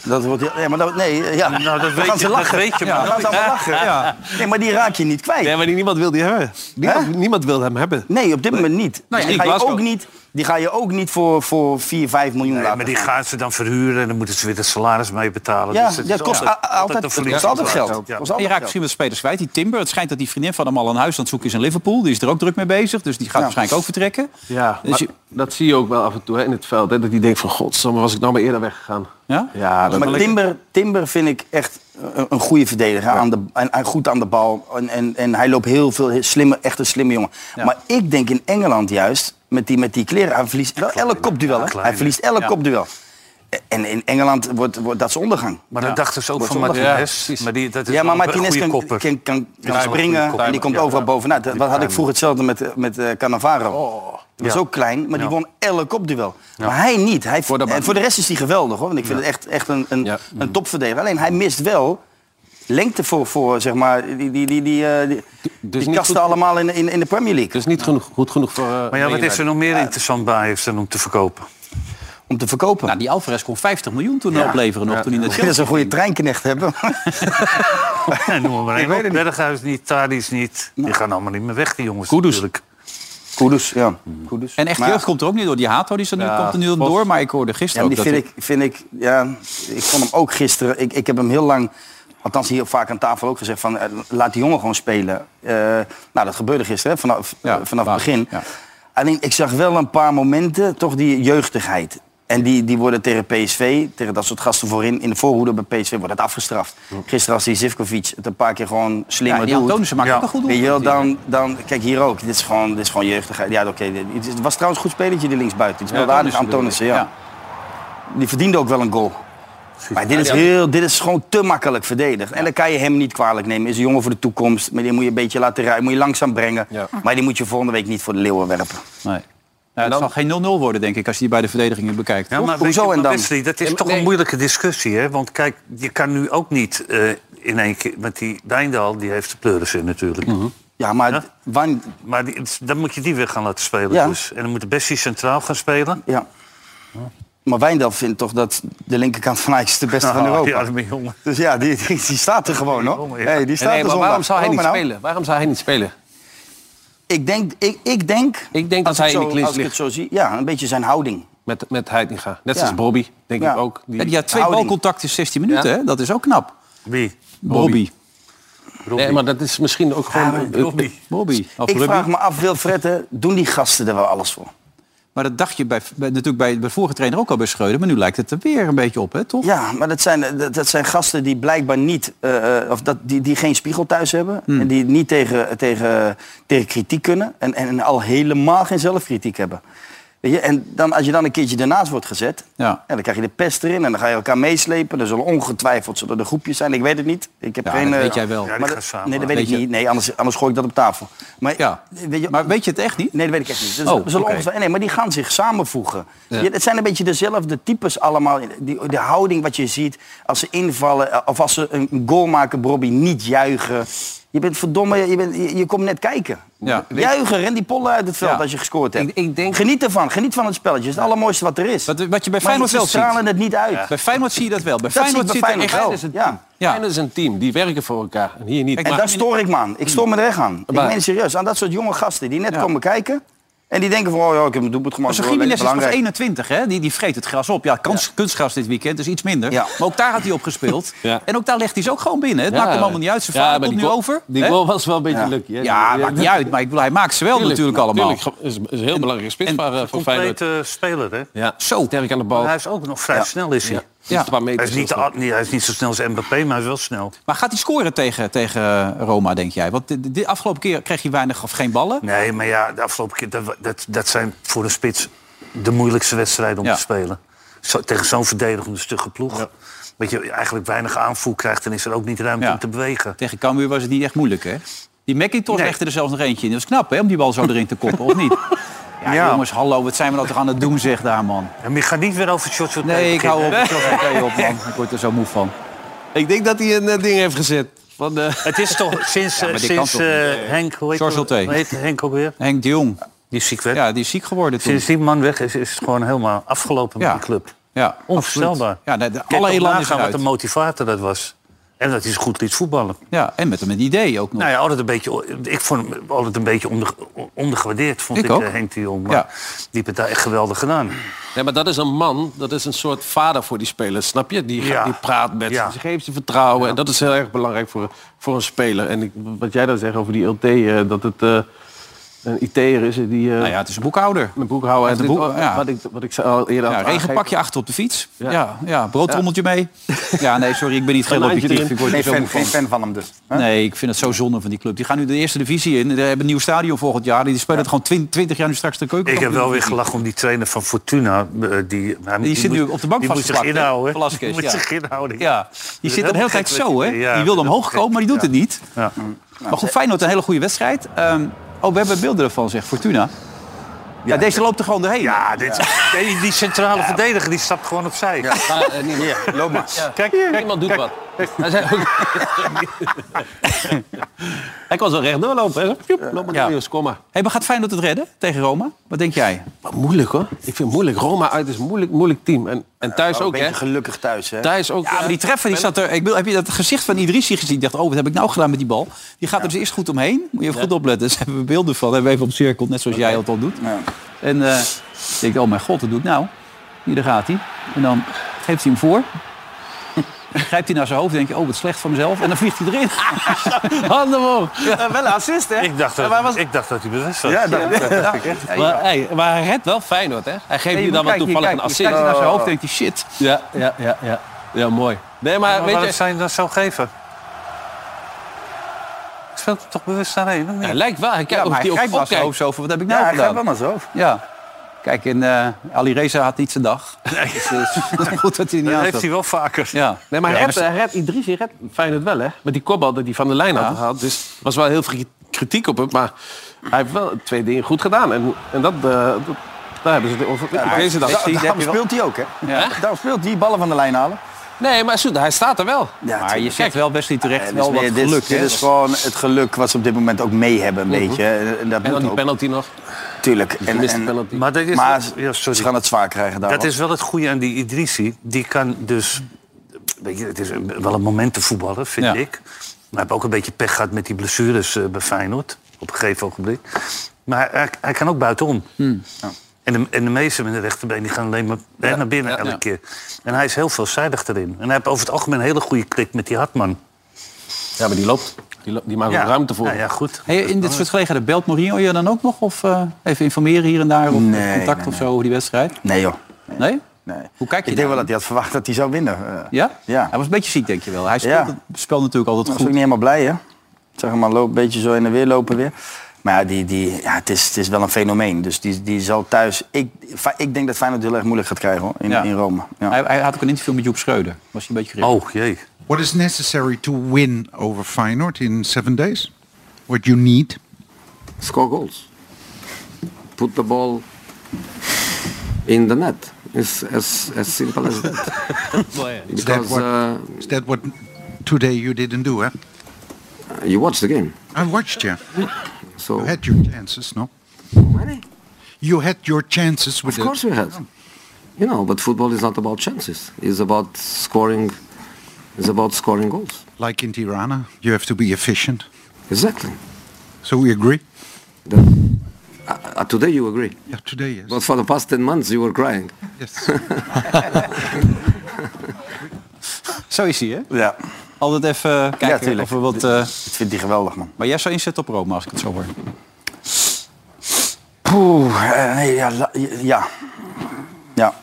Speaker 4: Dat wordt... heel- Nee, maar dat... Nee, ja.
Speaker 5: Nou, dat
Speaker 4: Dan
Speaker 5: weet
Speaker 4: gaan
Speaker 5: je,
Speaker 4: ze
Speaker 5: dat
Speaker 4: lachen.
Speaker 5: weet je
Speaker 4: Dan
Speaker 5: maar.
Speaker 4: gaan ze allemaal lachen.
Speaker 2: Ja.
Speaker 4: Nee, maar die raak je niet kwijt.
Speaker 3: Nee, maar die- niemand wil die hebben. Niemand, niemand wil hem hebben.
Speaker 4: Nee, op dit moment niet.
Speaker 3: Nou ja,
Speaker 4: die,
Speaker 3: en
Speaker 4: ga je
Speaker 3: Glasgow.
Speaker 4: ook niet die ga je ook niet voor, voor 4, 5 miljoen
Speaker 5: Nee,
Speaker 4: laten
Speaker 5: maar die
Speaker 4: gaan.
Speaker 5: gaan ze dan verhuren en dan moeten ze weer het salaris mee betalen.
Speaker 4: Ja,
Speaker 5: Dus het
Speaker 4: ja,
Speaker 5: is
Speaker 4: het kost a- a- altijd,
Speaker 5: een
Speaker 4: het
Speaker 5: verlies.
Speaker 4: kost altijd geld.
Speaker 5: Ja.
Speaker 4: Kost
Speaker 2: En je
Speaker 4: altijd
Speaker 2: raakt
Speaker 4: geld.
Speaker 2: misschien wat spelers kwijt. Die Timber, het schijnt dat die vriendin van hem al een huis aan het zoeken is in Liverpool. Die is er ook druk mee bezig, dus die gaat waarschijnlijk ook vertrekken.
Speaker 3: Ja,
Speaker 2: Dus
Speaker 3: maar
Speaker 2: je-
Speaker 3: dat zie je ook wel af en toe hè, in het veld. Hè, dat die denkt van, godsamme, was ik nou maar eerder weggegaan.
Speaker 2: Ja?
Speaker 3: Ja, dat
Speaker 4: Maar Timber, Timber vind ik echt een, een goede verdediger. Aan de, en, en goed aan de bal. En, en, en hij loopt heel veel. heel Slimme, echt een slimme jongen. Maar ik denk in Engeland juist, met die, met die kleren, hij verliest wel elk kopduel. hè.
Speaker 5: Kleine.
Speaker 4: Hij verliest elk kopduel. En in Engeland wordt, wordt dat zijn ondergang.
Speaker 5: Maar dat dachten ze ook
Speaker 4: Wordt
Speaker 5: van
Speaker 4: zondag.
Speaker 5: Martinez. maar die, dat is
Speaker 4: Ja, maar
Speaker 5: wel een
Speaker 4: Martinez
Speaker 5: goede
Speaker 4: kan,
Speaker 5: kopper.
Speaker 4: kan, kan, kan
Speaker 5: een goede
Speaker 4: springen
Speaker 5: kopper.
Speaker 4: en die komt
Speaker 5: Ja. Oh.
Speaker 4: overal bovenuit. Dat had ik vroeger hetzelfde met, eh, met eh, Cannavaro. Die was
Speaker 5: Ja.
Speaker 4: ook klein, maar die
Speaker 5: Ja.
Speaker 4: won elk kopduel. Maar hij niet. Hij,
Speaker 3: Voor
Speaker 4: voor,
Speaker 3: de
Speaker 4: de
Speaker 3: bal.
Speaker 4: en voor de rest is hij geweldig. hoor. Want ik vind het echt, echt een, een,
Speaker 3: Ja.
Speaker 4: een topverdediger. Alleen hij mist wel lengte voor, voor zeg maar, die, die, die, die, eh, die,
Speaker 5: dus
Speaker 4: die
Speaker 3: niet
Speaker 4: kasten
Speaker 3: goed-
Speaker 4: allemaal in, in, in de Premier League.
Speaker 3: is niet genoeg, goed genoeg voor... eh,
Speaker 5: Maar ja, wat
Speaker 3: Man
Speaker 5: is er
Speaker 2: nou-
Speaker 3: United.
Speaker 5: nog meer interessant bij heeft dan om te verkopen?
Speaker 4: Om te verkopen.
Speaker 2: Nou, die Alvarez kon 50 miljoen toen opleveren nog, toen hij naar
Speaker 4: dat
Speaker 2: Chelsea
Speaker 4: is een goede treinknecht hebben.
Speaker 5: Ja, noem maar
Speaker 4: Ik
Speaker 5: één
Speaker 4: weet
Speaker 5: op.
Speaker 4: het niet.
Speaker 5: Berghuis niet, Tadic niet. Die gaan allemaal niet meer weg, die jongens.
Speaker 2: Kudus.
Speaker 5: natuurlijk.
Speaker 4: Koeders, ja. Koeders.
Speaker 2: En echt
Speaker 4: Maar ja,
Speaker 2: jeugd komt er ook niet door. Die Hato die is er nu,
Speaker 3: Ja,
Speaker 2: komt er nu
Speaker 3: Vos.
Speaker 2: door. Maar ik hoorde
Speaker 4: Ja,
Speaker 2: gisteren
Speaker 4: maar
Speaker 2: ook
Speaker 4: die
Speaker 2: dat...
Speaker 4: vind ik, vind ik, ja, ik vond hem ook gisteren. Ik, ik heb hem heel lang althans hier vaak aan tafel ook gezegd van eh, laat die jongen gewoon spelen. Eh, nou, dat gebeurde gisteren, hè, vanaf, eh, vanaf het begin. Alleen ik zag wel een paar momenten, toch die jeugdigheid. En die, die worden tegen PSV, tegen dat soort gasten voorin, in de voorhoede bij PSV wordt het afgestraft. Gisteren als die Zivkovic het een paar keer gewoon slimmer
Speaker 2: Ja, die
Speaker 4: doet.
Speaker 2: Antonissen maakt ook een goed
Speaker 4: Weet je wel,
Speaker 2: doelpunt
Speaker 4: dan, dan, kijk hier ook, dit is gewoon, dit is gewoon jeugdigheid. Ja, oké, dit- het is- het was trouwens een goed spelertje die linksbuiten. Het speelde aardig Antonissen, ja. Die verdiende ook wel een goal. Maar dit is, heel, dit is gewoon te makkelijk verdedigd. En dan kan je hem niet kwalijk nemen. Is een jongen voor de toekomst. Maar die moet je een beetje laten rijden. Moet je langzaam brengen. Maar die moet je volgende week niet voor de leeuwen werpen.
Speaker 2: Nee. Ja, het zal geen 0-0 worden, denk ik, als je die bij de verdedigingen bekijkt.
Speaker 5: Ja,
Speaker 2: toch?
Speaker 5: maar weet je, maar Wesley, dat is toch een moeilijke discussie, hè? Want kijk, je kan nu ook niet eh, in één keer... Want die Wijndal, die heeft de pleurissen natuurlijk.
Speaker 4: Mhm. Ja, maar...
Speaker 5: Maar die- dan moet je die weer gaan laten spelen
Speaker 4: Ja.
Speaker 5: dus. En dan moet de Bessie centraal gaan spelen.
Speaker 4: Ja. Maar Wijndal vindt toch dat de linkerkant van Ajax de beste van
Speaker 5: Nou,
Speaker 4: Europa.
Speaker 5: die arme jongen.
Speaker 4: Dus ja, die, die, die staat er gewoon hoor.
Speaker 5: jongen, ja.
Speaker 4: hey, die
Speaker 3: Nee,
Speaker 4: staat
Speaker 3: nee,
Speaker 4: er
Speaker 3: maar
Speaker 4: zondag.
Speaker 3: waarom zou hij
Speaker 4: Oh,
Speaker 3: niet
Speaker 4: maar nou,
Speaker 3: spelen? Waarom zou hij niet spelen?
Speaker 4: Ik denk, ik, ik denk,
Speaker 3: Ik denk
Speaker 4: als
Speaker 3: dat hij
Speaker 4: ik
Speaker 3: in de
Speaker 4: zo-
Speaker 3: clinch
Speaker 4: als ik het
Speaker 3: ligt
Speaker 4: zo zie, ja, een beetje zijn houding.
Speaker 3: met, met Heitinga. Net
Speaker 4: Ja.
Speaker 3: als Bobby, denk
Speaker 4: Ja.
Speaker 3: ik ook. Die,
Speaker 2: Ja, die had twee
Speaker 4: Houding.
Speaker 2: balcontacten in 16 minuten, hè? Dat is ook knap.
Speaker 5: Wie?
Speaker 2: Bobby.
Speaker 3: nee, maar dat is misschien ook gewoon... eh,
Speaker 5: Robbie.
Speaker 2: Bobby. Of
Speaker 4: Ik
Speaker 2: Ruby.
Speaker 4: vraag me af, Wilfred, hè, doen die gasten er wel alles voor?
Speaker 2: Maar dat dacht je bij, bij- natuurlijk bij de vorige trainer ook al bij Schreuder. Maar nu lijkt het er weer een beetje op, hè, toch?
Speaker 4: Ja, maar dat zijn, dat, dat zijn gasten die blijkbaar niet, eh, eh, of dat, die, die geen spiegel thuis hebben.
Speaker 2: Hmm.
Speaker 4: En die niet tegen, tegen, tegen kritiek kunnen. En, en, al helemaal geen zelfkritiek hebben. Weet je? En dan, als je dan een keertje ernaast wordt gezet,
Speaker 2: Ja.
Speaker 4: ja, dan krijg je de pest erin en dan ga je elkaar meeslepen. Er zullen ongetwijfeld zullen er groepjes zijn. Ik weet het niet. Ik heb
Speaker 2: Ja,
Speaker 4: geen.
Speaker 2: dat
Speaker 4: eh,
Speaker 2: weet jij wel.
Speaker 5: Ja, die
Speaker 4: maar
Speaker 5: gaan
Speaker 4: dat-
Speaker 5: samen.
Speaker 4: nee, dat weet,
Speaker 2: Weet
Speaker 4: ik
Speaker 2: je-
Speaker 4: niet. Nee, anders, anders gooi ik dat op tafel. Maar,
Speaker 2: Ja.
Speaker 4: weet je,
Speaker 2: Maar weet je het echt niet?
Speaker 4: Nee, dat weet ik echt niet.
Speaker 2: Oh,
Speaker 4: Dus we zullen
Speaker 2: oké.
Speaker 4: ongetwijfeld- nee, maar die gaan zich samenvoegen. Ja, het zijn een beetje dezelfde types allemaal. Die, de houding wat je ziet als ze invallen eh, of als ze een goal maken, Bobby, niet juichen. Je bent verdomme, je, bent, je, je komt net kijken.
Speaker 2: Ja.
Speaker 4: Juichen, ren die pollen uit het veld
Speaker 2: Ja.
Speaker 4: als je gescoord hebt.
Speaker 3: Ik- ik denk-
Speaker 4: Geniet ervan, geniet van het spelletje. Het is het allermooiste wat er is.
Speaker 2: Wat, wat je bij
Speaker 4: maar
Speaker 2: Feyenoord
Speaker 4: ze
Speaker 2: wel ziet.
Speaker 4: stralen het niet uit.
Speaker 2: Bij Feyenoord zie je dat wel. Bij
Speaker 4: Dat zie ik
Speaker 2: Feyenoord
Speaker 4: bij
Speaker 2: zit er echt...
Speaker 4: Feyenoord wel.
Speaker 3: is een team.
Speaker 4: Ja.
Speaker 2: Ja.
Speaker 3: Feyenoord is een team. Die werken voor elkaar. En hier niet.
Speaker 4: En
Speaker 3: Maar-
Speaker 4: daar stoor ik me aan. Ik stoor me er echt aan. Ik
Speaker 3: Maar-
Speaker 4: meen het serieus. Aan dat soort jonge gasten die net
Speaker 2: Ja.
Speaker 4: komen kijken. En die denken van, oh ja, ik heb mijn doelpunt gemaakt.
Speaker 2: Zo'n
Speaker 4: hoor, lekker
Speaker 2: Gimenez is pas
Speaker 4: belangrijk.
Speaker 2: 21, hè? Die, die vreet het gras op. Ja, kans, kunstgras dit weekend, dus iets minder.
Speaker 4: Ja.
Speaker 2: Maar ook daar had hij op gespeeld.
Speaker 3: Ja.
Speaker 2: En ook daar legt hij ze ook gewoon binnen. Het
Speaker 3: Ja,
Speaker 2: maakt hem allemaal niet uit. Zijn
Speaker 3: ja,
Speaker 2: vader
Speaker 3: maar
Speaker 2: komt
Speaker 3: die
Speaker 2: nu
Speaker 3: goal-
Speaker 2: over.
Speaker 3: Die
Speaker 2: hè?
Speaker 3: goal was wel een beetje lucky. hè?
Speaker 2: Ja, maakt niet uit. Maar ik bedoel, hij maakt ze wel
Speaker 3: Tuurlijk,
Speaker 2: natuurlijk allemaal.
Speaker 3: tuurlijk. is, is een heel belangrijk spits
Speaker 2: en
Speaker 3: voor, eh, voor Feyenoord.
Speaker 5: Complete eh, speler, hè?
Speaker 3: Ja, zo. Sterk aan de bal.
Speaker 5: Maar hij is ook nog vrij snel, is hij.
Speaker 3: Ja. Een paar
Speaker 5: Hij
Speaker 3: meters.
Speaker 5: is, niet, de- nee, hij is niet zo snel als Mbappé, maar hij is wel snel.
Speaker 2: Maar gaat hij scoren tegen, tegen Roma, denk jij? Want de, de- de afgelopen keer kreeg hij weinig of geen ballen.
Speaker 5: Nee, maar ja, de afgelopen keer, dat, wa- dat, dat zijn voor een spits de moeilijkste wedstrijden om
Speaker 2: Ja.
Speaker 5: te spelen. Zo, tegen zo'n verdedigende stugge ploeg. Dat je eigenlijk weinig aanvoer krijgt en is er ook niet ruimte
Speaker 2: Ja.
Speaker 5: om te bewegen.
Speaker 2: Tegen Cambuur was het niet echt moeilijk, hè? Die McIntosh
Speaker 5: Nee.
Speaker 2: legde er zelfs nog eentje in. Dat is knap, hè? Om die bal zo erin te koppen, of niet? Ja,
Speaker 5: Ja.
Speaker 2: jongens, hallo, wat zijn we nou toch aan het doen, zeg daar, man.
Speaker 5: En je gaat niet weer over George Hotel
Speaker 2: Nee, ik hou op.
Speaker 5: beginnen.
Speaker 2: Ik hou oké op, man. Ik word er zo moe van.
Speaker 3: Ik denk dat hij een eh, ding heeft gezet. Van, eh,
Speaker 5: Het is toch sinds, eh,
Speaker 2: maar dit kan
Speaker 5: sinds
Speaker 2: toch niet?
Speaker 5: eh, Henk, hoe heet,
Speaker 2: George
Speaker 5: hoe
Speaker 2: Hotel.
Speaker 5: heet Henk ook weer?
Speaker 2: Henk de Jong,
Speaker 5: Die is ziek werd.
Speaker 2: ja, die is ziek geworden toen.
Speaker 5: Sinds die man weg is, is het gewoon helemaal afgelopen
Speaker 2: Ja.
Speaker 5: met die club.
Speaker 2: Ja,
Speaker 5: Onvoorstelbaar.
Speaker 2: absoluut. Ja, de, de-
Speaker 5: Kijk,
Speaker 2: alle
Speaker 5: toch
Speaker 2: elan is
Speaker 5: nagaan wat
Speaker 2: eruit.
Speaker 5: een motivator dat was. En dat hij ze goed liet voetballen.
Speaker 2: Ja, en met hem een idee ook nog.
Speaker 5: Nou ja, altijd een beetje, ik vond hem altijd een beetje onder, ondergewaardeerd, vond
Speaker 2: Ik
Speaker 5: ik,
Speaker 2: ook.
Speaker 5: eh, Henk de Jong. Maar
Speaker 2: Ja.
Speaker 5: die heeft het daar echt geweldig gedaan.
Speaker 3: nee, maar dat is een man, dat is een soort vader voor die spelers, snap je? Die, gaat-
Speaker 5: Ja.
Speaker 3: die praat met
Speaker 5: Ja.
Speaker 3: ze, ze geeft ze vertrouwen. En dat is heel erg belangrijk voor, voor een speler. En ik, wat jij dan zegt over die LT, eh, dat het eh, een IT'er is eh, die eh,
Speaker 2: Nou ja, het is een boekhouder.
Speaker 3: een boekhouder... En
Speaker 2: een
Speaker 3: dit- oh,
Speaker 2: boek- ja.
Speaker 3: wat, ik, wat ik al eerder
Speaker 2: Ja,
Speaker 3: had aangegeven.
Speaker 2: regenpakje achter op de fiets. Ja,
Speaker 3: Ja.
Speaker 2: ja, broodtrommeltje mee. Ja, nee, sorry, ik ben niet geel
Speaker 3: Banaantje
Speaker 2: objectief.
Speaker 3: erin.
Speaker 2: Ik word er
Speaker 4: Nee,
Speaker 2: zo
Speaker 4: fan,
Speaker 2: moe van.
Speaker 4: geen fan van hem dus. Hè?
Speaker 2: Nee, ik vind het zo zonde van die club. Die gaan nu de eerste divisie in. Die hebben een nieuw stadion volgend jaar. Die spelen het gewoon 20, jaar nu straks de keuken.
Speaker 5: Ik heb wel weer gelachen om die trainer van Fortuna. eh, Die, hij-
Speaker 2: Die zit nu
Speaker 5: moet-
Speaker 2: op de bank
Speaker 5: Die moet zich
Speaker 2: vastgeplakt, hè?
Speaker 5: inhouden.
Speaker 2: Velasquez,
Speaker 5: Die moet
Speaker 2: ja.
Speaker 5: zich inhouden.
Speaker 2: Ja, die
Speaker 5: is
Speaker 2: zit er de hele
Speaker 5: helemaal
Speaker 2: tijd
Speaker 5: gek
Speaker 2: zo, hè?
Speaker 5: met- ja,
Speaker 2: Die wilde
Speaker 5: dat is
Speaker 2: omhoog
Speaker 5: gek.
Speaker 2: komen, maar die doet
Speaker 5: Ja.
Speaker 2: het niet.
Speaker 5: Ja.
Speaker 2: Maar goed, Feyenoord een hele goede wedstrijd. Ehm, oh, we hebben beelden ervan, zegt Fortuna. Ja, deze loopt er gewoon doorheen.
Speaker 5: Ja, Ah, dit, Die, die centrale verdediger die stapt gewoon opzij.
Speaker 3: Maar, eh, niemand-
Speaker 4: Loop maar.
Speaker 3: Kijk, niemand doet wat. Hij, zei hij kon zo rechtdoor lopen. Hè? Zo, pjoep, Loop maar
Speaker 2: Ja.
Speaker 3: door, jongens, kom maar.
Speaker 2: Hey, maar gaat Feyenoord het redden tegen Roma? Wat denk jij?
Speaker 3: Maar moeilijk hoor. Ik vind het moeilijk. Roma uit is een moeilijk, moeilijk team. En, en thuis
Speaker 4: Een
Speaker 3: ook
Speaker 4: beetje
Speaker 3: hè.
Speaker 4: gelukkig thuis, hè?
Speaker 3: Thuis ook.
Speaker 2: Ja, maar die treffer die zat er. Ik bedoel, heb je dat gezicht van Idrissi gezien? Ik dacht, oh, wat heb ik nou gedaan met die bal? Die gaat er dus eerst goed omheen. Moet je even goed opletten. Daar hebben we beelden van. Hebben we even omcirkeld, net zoals jij dat al doet. En eh, ik denk, oh mijn god, dat doet nou. Hier daar gaat hij. En dan geeft hij hem voor. Grijpt hij naar zijn hoofd, denk je, oh, wat slecht van mezelf. En dan vliegt hij erin. Handen omhoog.
Speaker 4: Eh, wel een assist, hè?
Speaker 5: Ik dacht dat,
Speaker 4: Maar was-
Speaker 5: ik dacht dat hij bewust was.
Speaker 4: Ja, dat, dat dacht ik echt.
Speaker 2: Maar,
Speaker 4: Ja,
Speaker 2: hey, maar hij redt wel Feyenoord, hè? Hij geeft
Speaker 3: Nee,
Speaker 2: nu
Speaker 3: je
Speaker 2: dan maar
Speaker 3: moet kijken,
Speaker 2: toevallig
Speaker 3: je
Speaker 2: een
Speaker 3: kijkt, je
Speaker 2: assist.
Speaker 3: kijkt
Speaker 2: hij naar zijn hoofd,
Speaker 3: Oh.
Speaker 2: denkt hij, shit.
Speaker 3: Ja, ja, ja, ja. Ja, mooi. Nee, maar,
Speaker 5: Maar waarom
Speaker 3: weet je...
Speaker 5: zou je dat zo geven? Ik speel er toch bewust aan heen, of niet?
Speaker 2: Hij lijkt wel. Hij kijkt
Speaker 4: maar
Speaker 2: of
Speaker 4: hij
Speaker 2: hij ook
Speaker 4: grijpt wel
Speaker 2: opkijkt.
Speaker 4: zijn
Speaker 2: hoofd zo van, wat heb ik nou
Speaker 4: ja hij gaat
Speaker 2: gedaan?
Speaker 4: wel naar zo.
Speaker 2: Ja. Kijk, en eh Ali Reza had niet zijn dag. Dus, eh, goed dat hij niet
Speaker 5: dat
Speaker 2: aan
Speaker 5: heeft
Speaker 2: zat.
Speaker 5: hij wel vaker.
Speaker 2: Ja.
Speaker 3: Nee, maar eh,
Speaker 5: Ja,
Speaker 3: hij
Speaker 4: dus-
Speaker 3: redt, hij redt, Idrissi redt Feyenoord wel, hè? Met die kopbal dat hij van de lijn had gehaald. Dus er was wel heel veel kritiek op hem. Maar hij heeft wel twee dingen goed gedaan. En, en dat, eh, dat- daar hebben ze het over. Deze dan.
Speaker 4: Da- Daarom speelt hij ook, hè?
Speaker 2: Ja.
Speaker 4: Daarom speelt hij ballen van de lijn halen.
Speaker 3: Nee, maar zo, hij staat er wel.
Speaker 4: Ja,
Speaker 2: Maar je zegt wel best niet terecht.
Speaker 4: Echt
Speaker 2: wel wat
Speaker 4: meer, dit,
Speaker 2: geluk,
Speaker 4: dit
Speaker 2: hè?
Speaker 4: is gewoon het geluk wat ze op dit moment ook mee hebben, een beetje. hè. En dat
Speaker 3: En dan
Speaker 4: moet
Speaker 3: die
Speaker 4: ook,
Speaker 3: penalty nog.
Speaker 4: natuurlijk. En,
Speaker 3: Mist de
Speaker 4: en-
Speaker 3: penalty.
Speaker 5: Maar dat is,
Speaker 4: maar
Speaker 5: ja,
Speaker 4: ze
Speaker 5: sorry.
Speaker 4: gaan het zwaar krijgen daar.
Speaker 5: dat
Speaker 4: hoor.
Speaker 5: is wel het goede aan die Idrissi. Die kan dus... Weet je, het is een- wel een moment te voetballen, vind
Speaker 2: Ja.
Speaker 5: ik. Maar hij heeft ook een beetje pech gehad met die blessures eh, bij Feyenoord. Op een gegeven ogenblik. Maar hij, hij kan ook buitenom. En, de, en de meesten met de rechterbeen die gaan alleen maar hè, naar binnen
Speaker 2: Hmm. ja,
Speaker 5: elke
Speaker 2: ja.
Speaker 5: keer. En hij is heel veelzijdig erin. En hij heeft over het algemeen een hele goede klik met die Hartman.
Speaker 3: Ja, maar die loopt. Die, loopt, die maakt ook ruimte voor.
Speaker 5: Ja, ja, goed.
Speaker 2: Hey, in dit soort gelegenheden belt Mourinho je dan ook nog? Of eh, even informeren hier en daar? Of
Speaker 4: Nee,
Speaker 2: contact
Speaker 4: nee,
Speaker 2: of zo over die wedstrijd?
Speaker 4: Nee, joh.
Speaker 2: Nee?
Speaker 4: Nee.
Speaker 2: Hoe kijk je
Speaker 4: Ik denk wel
Speaker 2: daar?
Speaker 4: dat hij had verwacht dat hij zou winnen. eh.
Speaker 2: Ja?
Speaker 4: Ja.
Speaker 2: Hij was een beetje ziek, denk je wel. Hij speelt
Speaker 4: Ja.
Speaker 2: het spel natuurlijk altijd
Speaker 4: Dat was ook
Speaker 2: goed.
Speaker 4: niet helemaal blij, hè? Zeg maar, loop een beetje zo in en weer lopen weer. Maar ja, die, die, ja het, is, het is wel een fenomeen. Dus die, die zal thuis... Ik, fa- ik denk dat Feyenoord het heel erg moeilijk gaat krijgen, hoor. In,
Speaker 2: Ja.
Speaker 4: in Rome. Ja.
Speaker 2: Hij, hij had ook een interview met Joep Schreuder. Was hij een beetje gericht.
Speaker 5: Oh, jee.
Speaker 11: What is necessary to win over Feyenoord in seven days? What you need?
Speaker 12: score goals, put the ball in the net. It's as, as simple as that.
Speaker 11: Is that,
Speaker 12: because
Speaker 11: what,
Speaker 12: uh,
Speaker 11: is that what today you didn't do, huh?
Speaker 12: Uh, you watch the game.
Speaker 11: I watched you. You
Speaker 12: So
Speaker 11: had your chances, no? You had your chances with
Speaker 12: of course we had. You know, but football is not about chances. It's about scoring. It's about scoring goals.
Speaker 11: it. Like in Tirana, you have to be efficient.
Speaker 12: Exactly.
Speaker 11: So we agree?
Speaker 12: That, uh, uh, today you agree,
Speaker 11: Yeah, today, yes.
Speaker 12: but for the past ten months you were crying.
Speaker 11: yes.
Speaker 2: Zo is hij, hè?
Speaker 4: Ja,
Speaker 2: Altijd even eh, kijken
Speaker 4: tuurlijk.
Speaker 2: of we wat... eh,
Speaker 4: dat vindt hij geweldig, man.
Speaker 2: maar jij zou inzetten op Rome, als ik het zo hoor.
Speaker 4: Poeh, eh, nee, ja, la- ja. Ja.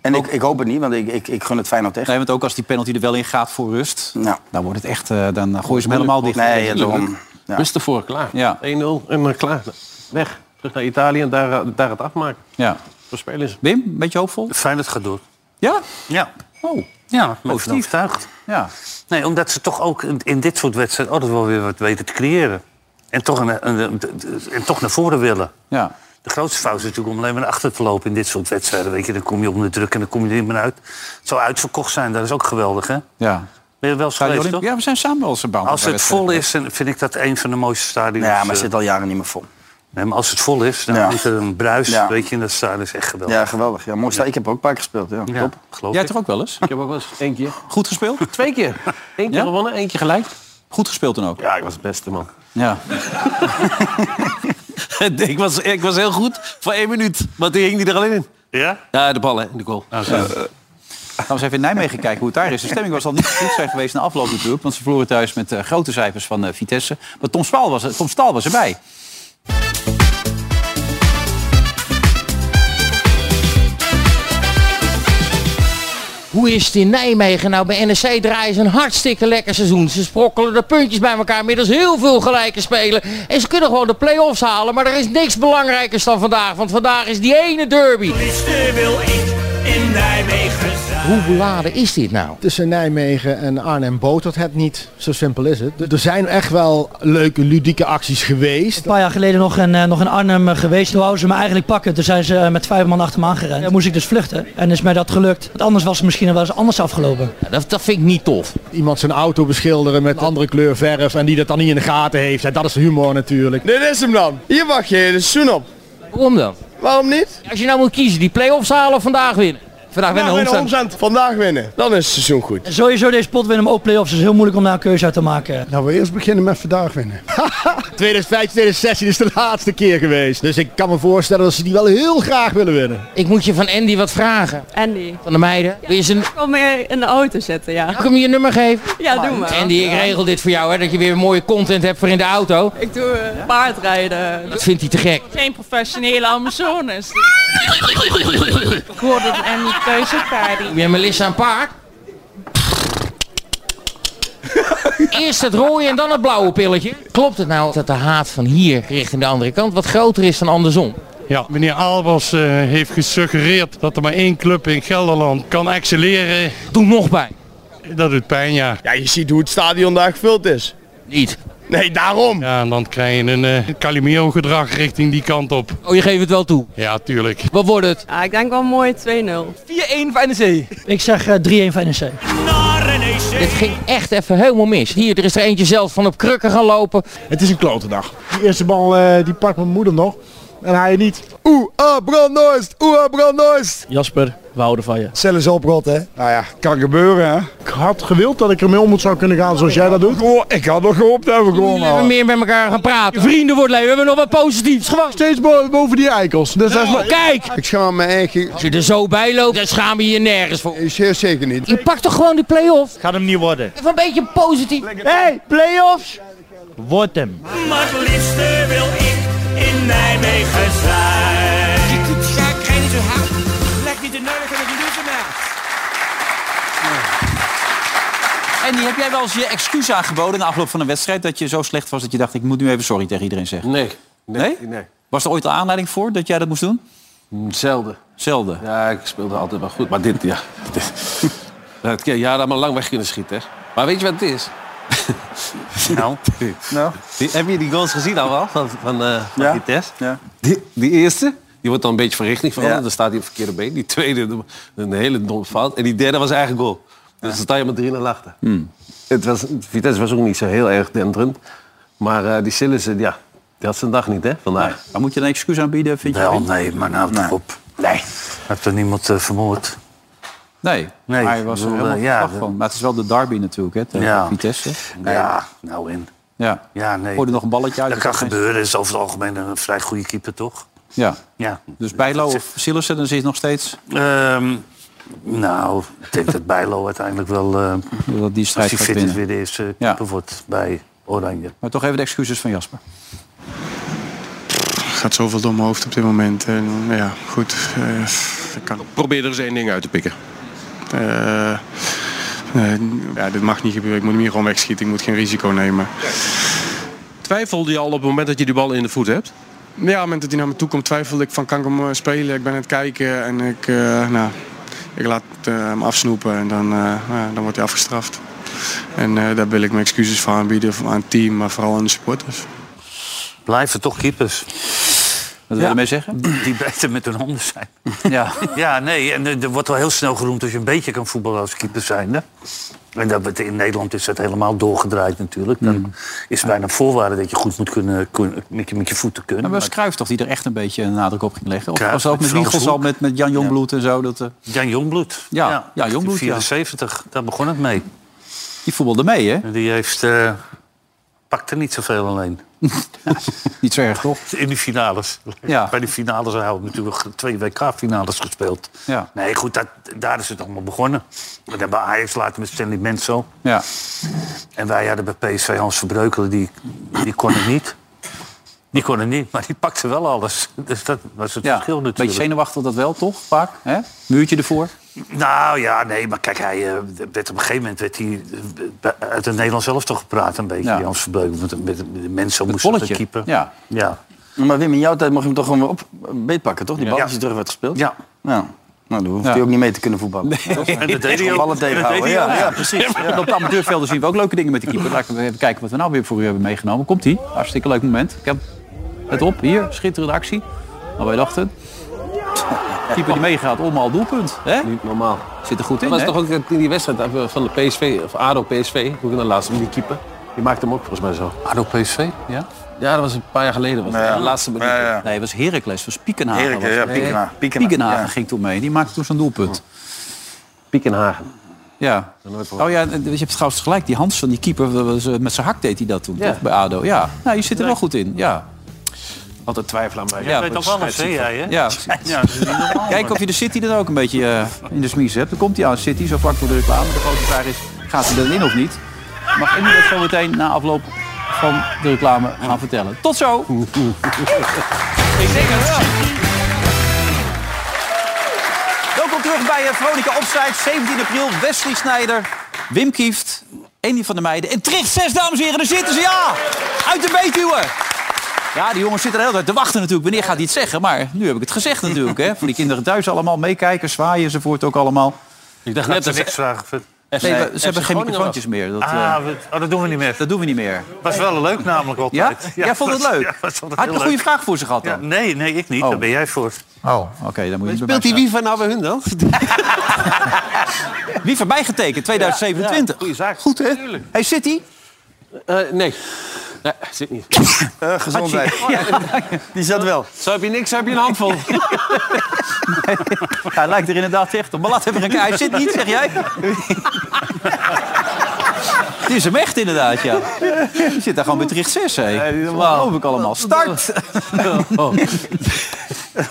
Speaker 4: En ik, ik hoop het niet, want ik, ik, ik gun het Feyenoord echt.
Speaker 2: Nee, want ook als die penalty er wel in gaat voor rust...
Speaker 4: Nou.
Speaker 2: dan wordt het echt... eh, dan gooien ze hem helemaal dicht.
Speaker 4: Nee, ja, daarom. Ja.
Speaker 3: Rust ervoor, klaar.
Speaker 2: Ja.
Speaker 3: 1-0 en eh, klaar. Weg. Terug naar Italië en daar, eh, daar het afmaken.
Speaker 2: Ja.
Speaker 3: Zo spelen ze.
Speaker 2: Wim, een beetje hoopvol?
Speaker 5: Fijn dat gaat door.
Speaker 2: Ja?
Speaker 5: Ja.
Speaker 2: Oh,
Speaker 5: Ja, positief.
Speaker 2: Positief.
Speaker 5: overtuigd.
Speaker 2: ja.
Speaker 5: Nee, omdat ze toch ook in- in dit soort wedstrijden altijd wel weer wat weten te creëren. En toch, een, een- een- en toch naar voren willen.
Speaker 2: Ja.
Speaker 5: De grootste fout is natuurlijk om alleen maar naar achter te lopen in dit soort wedstrijden. Weet je, dan kom je onder druk en dan kom je er niet meer uit. Het zou uitverkocht zijn, dat is ook geweldig, hè?
Speaker 2: Ja.
Speaker 5: Ben je wel eens
Speaker 2: Zou je
Speaker 5: geweest,
Speaker 2: Olymp-
Speaker 5: toch?
Speaker 2: ja, we zijn samen wel eens een baan.
Speaker 5: Als het vol
Speaker 2: eh,
Speaker 5: is, dan vind ik dat een van de mooiste stadions.
Speaker 4: Ja, maar het
Speaker 5: eh,
Speaker 4: zit al jaren niet meer vol.
Speaker 5: nee, maar als het vol is, dan
Speaker 4: Ja.
Speaker 5: is er een bruis,
Speaker 4: Ja.
Speaker 5: weet je, en dat stadion is echt geweldig.
Speaker 4: Ja, geweldig. Ja, mooi sta- Ik heb er ook een paar keer gespeeld, ja.
Speaker 5: Ja,
Speaker 4: Top.
Speaker 5: geloof
Speaker 2: Jij
Speaker 5: ik.
Speaker 2: toch ook wel eens?
Speaker 3: Ik heb ook wel eens één keer.
Speaker 2: Goed gespeeld?
Speaker 3: Twee keer. Eén keer
Speaker 2: Ja?
Speaker 3: gewonnen, één keer gelijk.
Speaker 2: Goed gespeeld dan ook.
Speaker 3: Ja, ik was het beste man.
Speaker 2: Ja.
Speaker 3: ik, was, ik was heel goed voor één minuut. Want die hing die er alleen in.
Speaker 5: Ja?
Speaker 3: Ja, de bal hè, in de goal.
Speaker 2: Gaan Eh, we eens even in Nijmegen kijken hoe het daar is. De stemming was al niet goed zijn geweest na afloop natuurlijk. Want ze verloren thuis met eh, grote cijfers van eh, Vitesse. Maar Tom Staal was, er- Tom Staal was erbij.
Speaker 13: Hoe is het in Nijmegen? Nou, bij NEC draaien ze een hartstikke lekker seizoen. Ze sprokkelen de puntjes bij elkaar, middels heel veel gelijke spelen. En ze kunnen gewoon de play-offs halen, maar er is niks belangrijkers dan vandaag. Want vandaag is die ene derby. Hoe beladen is dit nou?
Speaker 14: Tussen Nijmegen en Arnhem botert het niet. Zo simpel is het. Er zijn echt wel leuke, ludieke acties geweest.
Speaker 13: Een paar jaar geleden nog in, eh, nog in Arnhem eh, geweest. Toen wouden ze me eigenlijk pakken. Toen zijn ze eh, met vijf man achter me aangerend. Dan moest ik dus vluchten. En is mij dat gelukt. Want anders was het misschien wel eens anders afgelopen. dat, dat vind ik niet tof.
Speaker 14: Iemand zijn auto beschilderen met andere kleur verf en die dat dan niet in de gaten heeft. En dat is humor natuurlijk. Dit is hem dan. Hier wacht je hele seizoen op.
Speaker 13: Waarom dan?
Speaker 14: Waarom niet?
Speaker 13: Als je nou moet kiezen, die play-offs halen of vandaag winnen?
Speaker 15: Vandaag winnen
Speaker 16: winnen
Speaker 15: Holmstrand.
Speaker 16: Holmstrand. Vandaag winnen. Dan is het seizoen goed.
Speaker 15: Sowieso deze pot winnen, maar ook play-offs is heel moeilijk om daar een keuze uit te maken.
Speaker 16: Nou, we eerst beginnen met vandaag winnen. 2015, 2016
Speaker 14: dus
Speaker 16: is de laatste keer geweest. Dus ik kan me voorstellen dat ze die wel heel graag willen winnen.
Speaker 13: Ik moet je van Andy wat vragen.
Speaker 17: Andy.
Speaker 13: Van de meiden. Wil je ze
Speaker 17: Ik wil me in de auto zetten, ja.
Speaker 13: Kom je nummer geven?
Speaker 17: Ja, doe maar.
Speaker 13: Andy, ik regel dit voor jou, hè, dat je weer mooie content hebt voor in de auto.
Speaker 17: Ik doe eh, paardrijden.
Speaker 13: Dat vindt hij te gek.
Speaker 17: Geen professionele Amazones. ik hoorde en die keuze paardie.
Speaker 13: Heb jij Melissa een paard? Eerst het rode en dan het blauwe pilletje. Klopt het nou dat de haat van hier richting de andere kant wat groter is dan andersom?
Speaker 18: Ja, meneer Aalbers eh, heeft gesuggereerd dat er maar één club in Gelderland kan excelleren.
Speaker 13: Doe nog bij.
Speaker 18: Dat doet pijn, ja.
Speaker 16: Ja, je ziet hoe het stadion daar gevuld is.
Speaker 13: Niet.
Speaker 16: Nee, daarom.
Speaker 18: Ja, en dan krijg je een eh Calimero-gedrag richting die kant op.
Speaker 13: Oh, je geeft het wel toe?
Speaker 18: Ja, tuurlijk.
Speaker 13: Wat wordt het?
Speaker 17: Ja, ik denk wel mooi 2-0. 4-1
Speaker 15: 4-1 C. Ik zeg eh, 3-1 NEC.
Speaker 13: Dit ging echt even helemaal mis. Hier, er is er eentje zelf van op krukken gaan lopen.
Speaker 19: Het is een klote dag. Die eerste bal eh, die pakt mijn moeder nog. En hij niet. Oeh, ah, brandnoist. Oeh, ah, brandnoist.
Speaker 15: Jasper, we houden van je.
Speaker 19: Cel is oprot, hè? Nou ja, kan gebeuren, hè? Ik had gewild dat ik ermee om zou kunnen gaan zoals jij dat doet. Oh, ik had nog gehoopt dat we gewoon
Speaker 13: We hebben meer met elkaar gaan praten. Vrienden worden, leuk. we hebben nog wat positiefs. Gewoon.
Speaker 19: Steeds boven die eikels. Dus dat is maar...
Speaker 13: Kijk!
Speaker 19: Ik schaam me eigen...
Speaker 13: Als je er zo bij loopt, dan schaam je je nergens voor.
Speaker 19: Zeer zeker niet.
Speaker 13: Je pakt toch gewoon die play-off?
Speaker 15: Gaat hem niet worden.
Speaker 13: Even een beetje positief.
Speaker 15: Hey, play-offs! Wordt hem.
Speaker 20: Maar het liefste wil ik in Nijmegen zijn. Die koets ga ik geen zo hard. Leg niet de neulig en de luzenaar.
Speaker 2: En die heb jij wel eens je excuus aangeboden na afloop van een wedstrijd dat je zo slecht was dat je dacht ik moet nu even sorry tegen iedereen zeggen?
Speaker 3: Nee.
Speaker 2: Nee?
Speaker 3: Nee? Nee.
Speaker 2: Was er ooit een aanleiding voor dat jij dat moest doen?
Speaker 3: Zelden.
Speaker 2: Zelden.
Speaker 3: Ja, ik speelde altijd wel goed. Maar dit, ja. dit- Dat kan- Ja, dat maar lang weg kunnen schieten, hè. Maar weet je wat het is?
Speaker 2: Nou.
Speaker 3: nou. Die, heb je die goals gezien al wel? Van, van, eh van
Speaker 2: Ja.
Speaker 3: Vitesse?
Speaker 2: Ja.
Speaker 3: Die, die eerste, die wordt dan een beetje van richting veranderd. Dan staat hij op het verkeerde been. Die tweede, de- een hele dom fout. En die derde was eigen goal. Dus dan sta je met 3 naar achter.
Speaker 2: Hmm.
Speaker 3: Het was, Vitesse was ook niet zo heel erg denderend. Maar eh, die Sillissen, ja, die had zijn dag niet, hè, vandaag.
Speaker 2: Dan moet je een excuus aanbieden, vind
Speaker 5: Wel,
Speaker 2: je?
Speaker 5: nee, maar nou toch op. Nee. Heeft er niemand eh, vermoord?
Speaker 2: Nee.
Speaker 5: Nee,
Speaker 2: hij was er
Speaker 5: ik bedoel,
Speaker 2: helemaal
Speaker 5: eh, ja,
Speaker 2: verslag
Speaker 5: dat-
Speaker 2: van. Maar het is wel de derby natuurlijk, hè, tegen
Speaker 5: Ja.
Speaker 2: Vitesse.
Speaker 5: Ja, nou in.
Speaker 2: Ja.
Speaker 5: Ja, nee.
Speaker 2: Hoorde nog een balletje uit.
Speaker 5: Dat kan gebeuren. Is over het algemeen een vrij goede keeper, toch?
Speaker 2: Ja.
Speaker 5: Ja.
Speaker 2: Dus Bijlo of Sillissen, dan zit nog steeds...
Speaker 5: Ehm, nou, ik denk dat Bijlo uiteindelijk wel... eh,
Speaker 2: dat die strijd
Speaker 5: als
Speaker 2: gaat
Speaker 5: hij fit is,
Speaker 2: winnen.
Speaker 5: weer de eerste keeper wordt bij Oranje.
Speaker 2: Maar toch even de excuses van Jasper.
Speaker 21: gaat zoveel door mijn hoofd op dit moment. En ja, goed. eh, ik kan... Probeer er eens één ding uit te pikken. ja, dit mag niet gebeuren. Ik moet hem hier gewoon wegschieten. Ik moet geen risico nemen.
Speaker 22: Twijfelde je al op het moment dat je die bal in de voet hebt?
Speaker 21: Ja, op het moment dat hij naar me toe komt, twijfelde ik van kan ik hem eh, spelen. Ik ben aan het kijken en ik, eh, nou, ik laat eh, hem afsnoepen en dan, eh, nou, dan wordt hij afgestraft. En eh, daar wil ik mijn excuses voor aanbieden aan het team, maar vooral aan de supporters.
Speaker 5: Blijven toch keepers.
Speaker 2: Wat
Speaker 5: wil je
Speaker 2: mee zeggen?
Speaker 5: Die beter met hun handen zijn.
Speaker 2: Ja.
Speaker 5: ja, nee, en eh, er wordt wel heel snel geroemd als je een beetje kan voetballen als keeper zijnde. En dat, wordt- in Nederland is dat helemaal doorgedraaid natuurlijk. Dan
Speaker 2: Mm.
Speaker 5: is het bijna een voorwaarde dat je goed moet kunnen, kun- met, je, met je voeten kunnen.
Speaker 2: Maar Nou, was Cruijff toch die er echt een beetje een nadruk op ging leggen? Of was
Speaker 5: Cruijff,
Speaker 2: dat ook met
Speaker 5: Frans
Speaker 2: Wiegels al
Speaker 5: Hoek.
Speaker 2: met, met Jan Jongbloed en zo? Dat, eh,
Speaker 5: Jan Jongbloed.
Speaker 2: Ja, ja, Jongbloed, ja.
Speaker 5: 74, daar begon het mee.
Speaker 2: Die voetbalde mee, hè?
Speaker 5: En die heeft, eh pakte niet zoveel alleen.
Speaker 2: Niet zo erg, toch?
Speaker 5: In die finales.
Speaker 2: Ja.
Speaker 5: Bij die finales hebben we natuurlijk twee WK-finales gespeeld.
Speaker 2: Ja.
Speaker 5: Nee, goed, dat, daar is het allemaal begonnen. We hebben Ajax laten met Stanley Menzo.
Speaker 2: Ja.
Speaker 5: En wij hadden bij PSV Hans Verbreukelen, die, die kon het niet. Die kon het niet, maar die pakte wel alles. Dus dat was het verschil natuurlijk.
Speaker 2: Beetje zenuwachtig dat wel, toch? Vaak, hè? Muurtje ervoor.
Speaker 5: Nou ja, nee, maar kijk, hij, eh, werd op een gegeven moment werd hij eh, bij- uit het Nederlands zelf toch gepraat een beetje,
Speaker 4: Ja.
Speaker 5: die Hans Verbreukelen. Want met, met de mensen moesten
Speaker 4: bolletje,
Speaker 5: keeper.
Speaker 2: Ja.
Speaker 5: ja.
Speaker 4: Maar Wim, in jouw tijd mocht je hem toch gewoon weer op eh, beetpakken, toch? Die
Speaker 5: Ja.
Speaker 4: bal die terug werd gespeeld.
Speaker 5: Ja.
Speaker 4: Nou, nou dan hoeft hij ook niet mee te kunnen voetballen. Toch?
Speaker 5: En dat deed hij ook.
Speaker 4: Ballen
Speaker 5: En dat
Speaker 4: tegenhouden.
Speaker 5: deed hij
Speaker 4: Ja,
Speaker 5: ook.
Speaker 4: ja, precies.
Speaker 2: En
Speaker 4: Ja.
Speaker 2: op de amateurvelden zien we ook leuke dingen met de keeper. Laten we even kijken wat we nou weer voor u hebben meegenomen. Komt ie. Hartstikke leuk moment. Ik heb het op. Hier, schitterende actie. Nou, wij dachten. Keeper die meegaat, allemaal doelpunt. Hè?
Speaker 3: Niet normaal.
Speaker 2: Zit er goed in,
Speaker 3: Dat was
Speaker 2: hè?
Speaker 3: toch ook dat in die wedstrijd eh, van de PSV, of ADO PSV, hoe ik dan laatst, die keeper. Die maakte hem ook volgens mij zo.
Speaker 5: ADO PSV?
Speaker 2: Ja.
Speaker 3: Ja, dat was een paar jaar geleden. Was
Speaker 2: Ja.
Speaker 3: het. De laatste
Speaker 2: Ja, ja. Nee, het was Heracles, het was Piekenhagen.
Speaker 3: Heracles,
Speaker 2: was het.
Speaker 3: ja,
Speaker 2: Nee,
Speaker 3: Piekenhagen.
Speaker 2: Piekenhagen,
Speaker 3: Piekenhagen, ja.
Speaker 2: ging toen mee. Die maakte toen zijn doelpunt.
Speaker 3: Piekenhagen.
Speaker 2: Ja. Oh ja, en je hebt trouwens gelijk. Die Hansen, die keeper, dat was, eh, met zijn hak deed hij dat toen,
Speaker 3: Ja.
Speaker 2: toch? Bij ADO. Ja, nou, je zit er wel goed in. Ja.
Speaker 3: Altijd twijfel aan mij.
Speaker 2: Ja, weet toch alles, hè, jij, hè? Ja. Kijk of je de City dan ook een beetje eh, in de smies hebt. Dan komt hij aan City, zo vlak voor de reclame. De grote vraag is, gaat hij erin of niet? Mag Emmy dat zo meteen na afloop van de reclame gaan vertellen. Tot zo! Ik denk het wel. Welkom terug bij eh, Veronica Opside, 17 april. Wesley Snijder, Wim Kieft, Andy van der Meijden en Tricht 6, dames en heren. Daar zitten ze, ja! Uit de Betuwe! Ja, die jongens zitten er de hele tijd te wachten natuurlijk. Wanneer gaat hij het zeggen? Maar nu heb ik het gezegd natuurlijk. Hè. Voor die kinderen thuis allemaal meekijken, zwaaien enzovoort ook allemaal.
Speaker 3: Ik
Speaker 5: dacht net dat ik vragen.
Speaker 2: Nee, we- ze hebben geen microfoontjes meer. Dat, eh,
Speaker 5: ah, we- oh, dat doen we niet meer.
Speaker 2: Dat doen we niet meer.
Speaker 5: Was wel leuk namelijk altijd.
Speaker 2: Ja? Jij vond het
Speaker 5: was-
Speaker 2: leuk?
Speaker 5: ja, was
Speaker 2: Had je
Speaker 5: altijd heel
Speaker 2: een goede
Speaker 5: leuk.
Speaker 2: vraag voor ze gehad dan?
Speaker 5: Ja, nee, nee, ik niet. Daar ben jij voor.
Speaker 2: Oh, oké. dan moet je
Speaker 3: Speelt die wie van nou bij hun dan?
Speaker 2: Wie voorbij getekend? 2027.
Speaker 3: Goeie zaak.
Speaker 2: Goed, hè? Hey, zit hij?
Speaker 3: Eh, nee. Nee, zit niet.
Speaker 4: gezondheid.
Speaker 2: Oh, Die zat wel.
Speaker 3: Zo heb je niks, zo heb je een handvol.
Speaker 2: Hij lijkt er inderdaad echt op. Maar laat even een kijken. Hij zit niet, zeg jij? Het is hem echt inderdaad, ja. Je zit daar gewoon met Tricht 6, hé. Dat geloof ik allemaal. Start!
Speaker 3: Oh.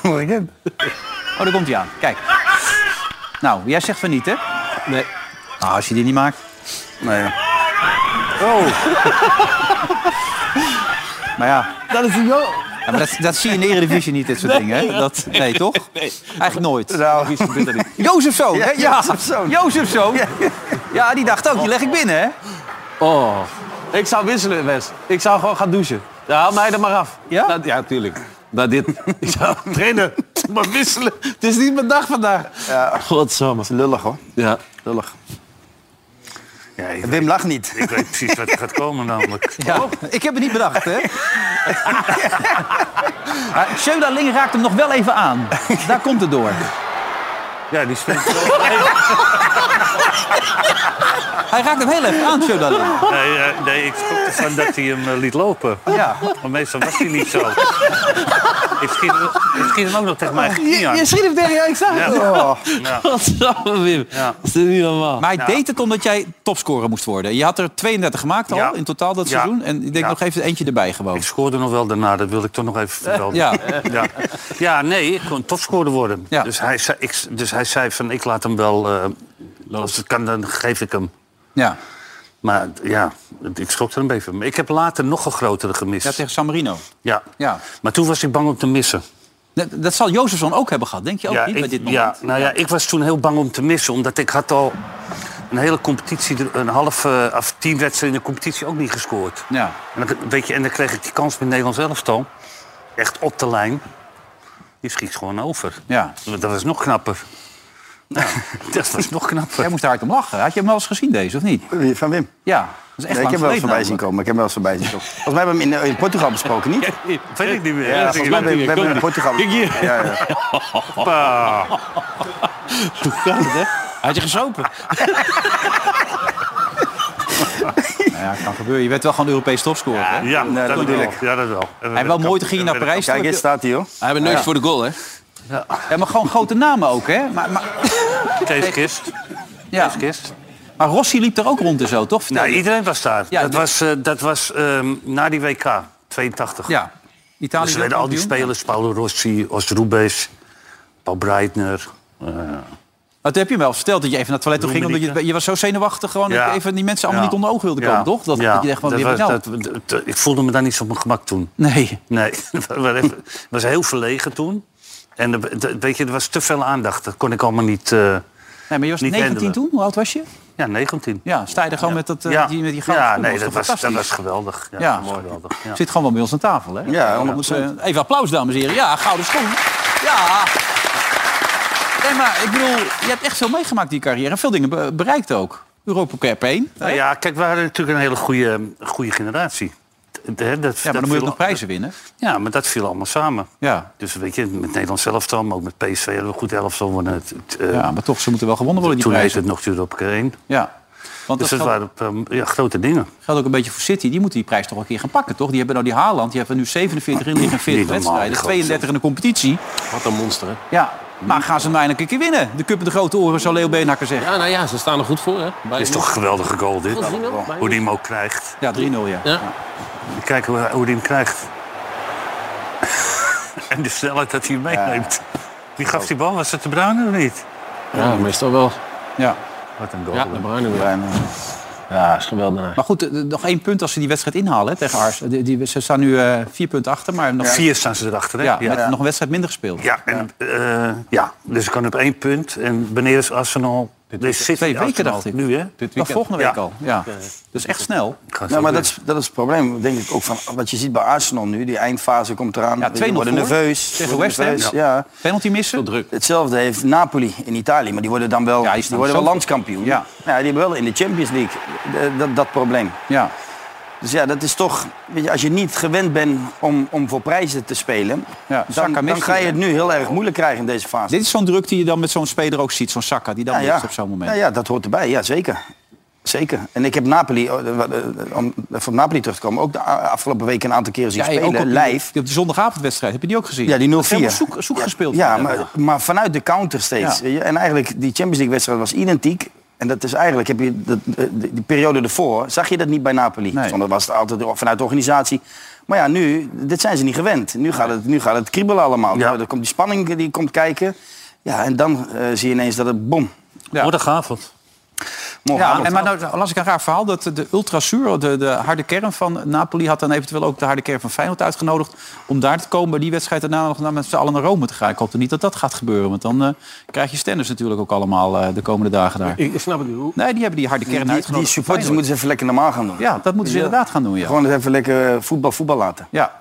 Speaker 2: Hoor ik hem? Oh, daar komt hij aan. Kijk. Nou, jij zegt van niet, hè? Nee. Nou, als je die niet maakt. Nee. Oh. maar ja.
Speaker 16: Dat is een joh.
Speaker 2: Ja, maar dat, dat zie je in de Eredivisie niet, dit soort
Speaker 16: Nee,
Speaker 2: dingen. Hè? Dat, nee, toch?
Speaker 16: Nee. Nou,
Speaker 2: Eigenlijk nooit. Jozef Zoon, hè?
Speaker 16: Ja,
Speaker 2: Ja,
Speaker 16: Jozef Zoon.
Speaker 2: Jozef Zoon. Ja, die dacht ook, die leg ik binnen, hè?
Speaker 3: Oh. Ik zou wisselen, Wes. Ik zou gewoon gaan douchen. Ja, haal mij er maar af.
Speaker 2: Ja?
Speaker 3: ja, tuurlijk. Na dit. ik zou trainen. Maar wisselen. Het is niet mijn dag vandaag. Ja. Godsamme. Het is lullig, hoor. Ja. Lullig.
Speaker 4: Wim lacht niet.
Speaker 5: Ik weet precies wat er gaat komen namelijk.
Speaker 16: Oh.
Speaker 2: Ja, ik heb het niet bedacht, hè? Maar Sjöla Ling raakt hem nog wel even aan. Daar komt het door.
Speaker 5: Ja, die springt wel.
Speaker 2: Hij raakt hem heel even aan, Sjöla Ling.
Speaker 5: Nee, eh, nee, ik schrok ervan dat hij hem eh, liet lopen.
Speaker 2: Ja.
Speaker 5: Maar meestal was hij niet zo. Ik schiet, hem- ik schiet hem ook nog tegen mijn knie aan.
Speaker 3: schiet hem tegen jou, ik zag
Speaker 5: Ja. Ja.
Speaker 3: Godsamme, Wim.
Speaker 5: Ja.
Speaker 3: Dat is niet normaal.
Speaker 2: Maar hij
Speaker 5: Ja.
Speaker 2: deed het omdat jij topscorer moest worden. Je had er 32 gemaakt al
Speaker 5: Ja.
Speaker 2: in totaal dat
Speaker 5: Ja.
Speaker 2: seizoen. En ik denk nog even eentje erbij gewoon.
Speaker 5: Ik scoorde nog wel daarna, dat wil ik toch nog even vertellen.
Speaker 2: Ja.
Speaker 5: ja. ja, nee, ik kon topscorer worden. Dus, hij zei, ik, dus hij zei van, ik laat hem wel... eh, als het kan, dan geef ik hem.
Speaker 2: Ja.
Speaker 5: Maar ja, ik schrok er een beetje van. Maar Ik heb later nog een grotere gemist.
Speaker 2: Ja, tegen San Marino.
Speaker 5: Ja.
Speaker 2: Ja.
Speaker 5: Maar toen was ik bang om te missen.
Speaker 2: Dat, dat zal Jozefson ook hebben gehad, denk je ook
Speaker 5: ja,
Speaker 2: niet
Speaker 5: ik,
Speaker 2: bij dit moment?
Speaker 5: ja, nou ja, ik was toen heel bang om te missen. Omdat ik had al een hele competitie, een half eh, of tien wedstrijden in de competitie ook niet gescoord.
Speaker 2: Ja.
Speaker 5: En dan, weet je, en dan kreeg ik die kans met Nederlands elftal. Echt op de lijn. Die schiet gewoon over.
Speaker 2: Ja.
Speaker 5: Dat was nog knapper. dat was nog knapper.
Speaker 2: Jij moest daar hard om lachen. Had je hem wel eens gezien deze, of niet?
Speaker 4: Van Wim?
Speaker 2: Ja, dat is echt
Speaker 4: Nee,
Speaker 2: lang
Speaker 4: ik heb wel eens
Speaker 2: geleden
Speaker 4: voorbij zien
Speaker 2: namelijk.
Speaker 4: komen. Ik heb wel eens voorbij zien komen. Volgens mij hebben we hem in, in Portugal besproken, niet?
Speaker 5: Weet ik niet meer.
Speaker 4: Ja, volgens mij hebben we- we hebben hem in Portugal besproken. Ja, ja.
Speaker 3: Toen gaat het, hè? Had je gesopen?
Speaker 2: Nou ja, kan gebeuren. Je werd wel gewoon Europees topscorer. hè?
Speaker 5: Ja,
Speaker 2: Nee,
Speaker 5: dat
Speaker 2: natuurlijk.
Speaker 5: natuurlijk. Ja, dat wel.
Speaker 2: En wel mooi, toen ging je naar Parijs.
Speaker 4: Kijk,
Speaker 2: toe.
Speaker 4: hier staat hij, hoor.
Speaker 3: Hij heeft een neus voor de goal, hè?
Speaker 2: Ja, maar gewoon grote namen ook, hè? Maar, maar,
Speaker 5: Kees Kist.
Speaker 2: ja.
Speaker 5: Kees Kist.
Speaker 2: maar Rossi liep er ook rond en zo, toch? Vertel
Speaker 5: Nou,
Speaker 2: je.
Speaker 5: iedereen was daar.
Speaker 2: Ja,
Speaker 5: dat,
Speaker 2: dat-
Speaker 5: was, eh, dat was ehm, na die WK, 82.
Speaker 2: Ja. Italië
Speaker 5: Dus er werden al die
Speaker 2: kampioen.
Speaker 5: spelers, Paolo Rossi, Os Rubes, Paul Breitner. eh,
Speaker 2: Maar Oh, toen heb je hem wel verteld dat je even naar het toilet toe ging. Omdat je, je was zo zenuwachtig gewoon dat
Speaker 5: Ja.
Speaker 2: je even die mensen allemaal
Speaker 5: Ja.
Speaker 2: niet onder ogen wilde
Speaker 5: Ja.
Speaker 2: komen, toch? Dat,
Speaker 5: Ja.
Speaker 2: dat je echt van,
Speaker 5: Dat
Speaker 2: weer
Speaker 5: was-
Speaker 2: nou.
Speaker 5: dat- dat- Ik voelde me daar niet zo op mijn gemak toen.
Speaker 2: Nee.
Speaker 5: Nee, ik was heel verlegen toen. En er- er- weet je, er was te veel aandacht. Dat kon ik allemaal niet... eh,
Speaker 2: nee, maar je was
Speaker 5: niet
Speaker 2: 19
Speaker 5: handelen.
Speaker 2: toen? Hoe oud was je?
Speaker 5: Ja, 19.
Speaker 2: Ja, sta je er gewoon met, dat, eh,
Speaker 5: Ja.
Speaker 2: die, met die gouden
Speaker 5: Ja,
Speaker 2: schoen?
Speaker 5: nee,
Speaker 2: toch
Speaker 5: dat was, dat
Speaker 2: fantastisch?
Speaker 5: was geweldig. Ja,
Speaker 2: Ja.
Speaker 5: mooi. geweldig. Ja.
Speaker 2: Zit gewoon wel bij ons aan tafel, hè?
Speaker 4: Ja,
Speaker 2: Dus, eh, even applaus, dames en heren. Ja, gouden schoen. Ja. Nee, maar ik bedoel, je hebt echt veel meegemaakt die carrière. En veel dingen be- bereikt ook. Europa Cup 1.
Speaker 5: Nou ja, kijk, we hadden natuurlijk een hele goede, goede generatie. D- hè, dat, ja,
Speaker 2: maar dan moet je ook nog prijzen winnen.
Speaker 5: Ja, maar dat viel allemaal samen.
Speaker 2: Ja.
Speaker 5: Dus weet je, met Nederland zelf dan, maar ook met PSV hebben we goed elftal gewonnen. Het, het, eh,
Speaker 2: Ja, maar toch, ze moeten wel gewonnen worden, die
Speaker 5: toen heette
Speaker 2: prijzen.
Speaker 5: het nog Europa 1.
Speaker 2: Ja. Want
Speaker 5: dus
Speaker 2: dat
Speaker 5: dat waren eh, ja, grote dingen.
Speaker 2: Geldt ook een beetje voor City. Die moeten die prijs toch een keer gaan pakken, toch? Die hebben nou die Haaland. Die hebben nu 47 in liggen, 40
Speaker 5: Niet normaal, die
Speaker 2: wedstrijden.
Speaker 5: gozer.
Speaker 2: 32 in de competitie.
Speaker 3: Wat een monster, hè?
Speaker 2: Ja, maar gaan ze hem eindelijk een keer winnen? De cup in de grote oren, zou Leo Beenhakker zeggen.
Speaker 3: Ja, nou ja, ze staan er goed voor, hè? Bij
Speaker 5: Het is toch een geweldige goal dit.
Speaker 3: Goed zien hem, bij
Speaker 5: Hoe die hem ook krijgt.
Speaker 2: Ja, 3-0 ja.
Speaker 5: Kijk hoe, hoe die hem krijgt. en de snelheid dat hij hem meeneemt. Wie gaf die bal? Was het de Bruine of niet?
Speaker 3: Ja, meestal wel.
Speaker 2: Ja.
Speaker 5: Wat een goal.
Speaker 3: Ja, de Bruyne weer. Ja, is geweldig. hè.
Speaker 2: Maar goed, eh, nog één punt als ze die wedstrijd inhalen hè, tegen Ars. Die, die- ze staan nu eh, vier punten achter, maar nog
Speaker 5: Ja. Vier staan ze erachter, hè?
Speaker 2: Ja,
Speaker 5: Ja.
Speaker 2: met
Speaker 5: Ja.
Speaker 2: nog een wedstrijd minder gespeeld.
Speaker 5: Ja, en, eh, ja, dus ik kan op één punt. En beneden is Arsenal. Dit is City
Speaker 2: Twee weken
Speaker 5: Arsenal.
Speaker 2: dacht ik.
Speaker 5: Nu, hè?
Speaker 2: Maar volgende week al. Ja. Dus echt snel.
Speaker 4: Ja, Nou, maar dat is, dat is het probleem, denk ik ook. Van, wat je ziet bij Arsenal nu, die eindfase komt eraan.
Speaker 2: Ja, 2-0
Speaker 4: die worden
Speaker 2: voor.
Speaker 4: nerveus.
Speaker 2: Tegen
Speaker 4: worden
Speaker 2: West Ham,
Speaker 4: nerveus,
Speaker 2: ja.
Speaker 4: Ja.
Speaker 2: Penalty missen.
Speaker 4: Hetzelfde heeft Napoli in Italië, maar die worden dan wel, die
Speaker 2: staan
Speaker 4: worden wel
Speaker 2: zo-
Speaker 4: landskampioen. Ja. die hebben wel in de Champions League eh, dat, dat probleem.
Speaker 2: Ja.
Speaker 4: Dus ja, dat is toch, weet je, als je niet gewend bent om, om voor prijzen te spelen,
Speaker 2: Ja, Saka
Speaker 4: dan, dan
Speaker 2: mist
Speaker 4: ga
Speaker 2: die,
Speaker 4: je het
Speaker 2: hè?
Speaker 4: nu heel erg moeilijk krijgen in deze fase.
Speaker 2: Dit is zo'n druk die je dan met zo'n speler ook ziet. Zo'n Saka die dan
Speaker 4: Ja,
Speaker 2: mist
Speaker 4: ja.
Speaker 2: op zo'n moment.
Speaker 4: Ja, ja, dat hoort erbij. Ja, zeker. Zeker. En ik heb Napoli, eh, eh, eh, om van Napoli terug te komen, ook de a- afgelopen week een aantal keren zien
Speaker 2: Ja, hey,
Speaker 4: spelen,
Speaker 2: ook op die-
Speaker 4: live.
Speaker 2: Op de zondagavondwedstrijd, heb je die ook gezien?
Speaker 4: Ja, die 0-4.
Speaker 2: Dat is helemaal Zoek, zoek
Speaker 4: ja,
Speaker 2: gespeeld.
Speaker 4: Ja,
Speaker 2: Ja.
Speaker 4: maar, maar vanuit de counter steeds.
Speaker 2: Ja.
Speaker 4: weet je. En eigenlijk, die Champions League wedstrijd was identiek. En dat is eigenlijk, heb je dat, eh, die die periode ervoor, zag je dat niet bij Napoli. Want dat was het altijd vanuit de organisatie. Maar ja, nu, dit zijn ze niet gewend. Nu gaat het, nu gaat het kriebelen allemaal.
Speaker 5: Ja.
Speaker 4: Er komt die spanning eh, die komt kijken. Ja, en dan eh, zie je ineens dat het bom.
Speaker 5: Morgenavond.
Speaker 2: Ja, en maar nou las ik een raar verhaal dat de ultrasur, de, de harde kern van Napoli, had dan eventueel ook de harde kern van Feyenoord uitgenodigd om daar te komen bij die wedstrijd daarna nog nou, met z'n allen naar Rome te gaan. Ik hoop er niet dat dat gaat gebeuren, want dan eh, krijg je stennis natuurlijk ook allemaal eh, de komende dagen daar.
Speaker 3: Ik ik snap het niet. Hoe-
Speaker 2: Nee, die hebben die harde
Speaker 4: Die,
Speaker 2: kern
Speaker 4: die,
Speaker 2: uitgenodigd. van
Speaker 4: supporters
Speaker 2: Feyenoord.
Speaker 4: moeten ze even lekker normaal gaan doen.
Speaker 2: Ja, dat moeten ze
Speaker 4: Ja.
Speaker 2: inderdaad gaan doen, ja.
Speaker 4: Gewoon eens even lekker eh, voetbal, voetbal laten.
Speaker 2: Ja.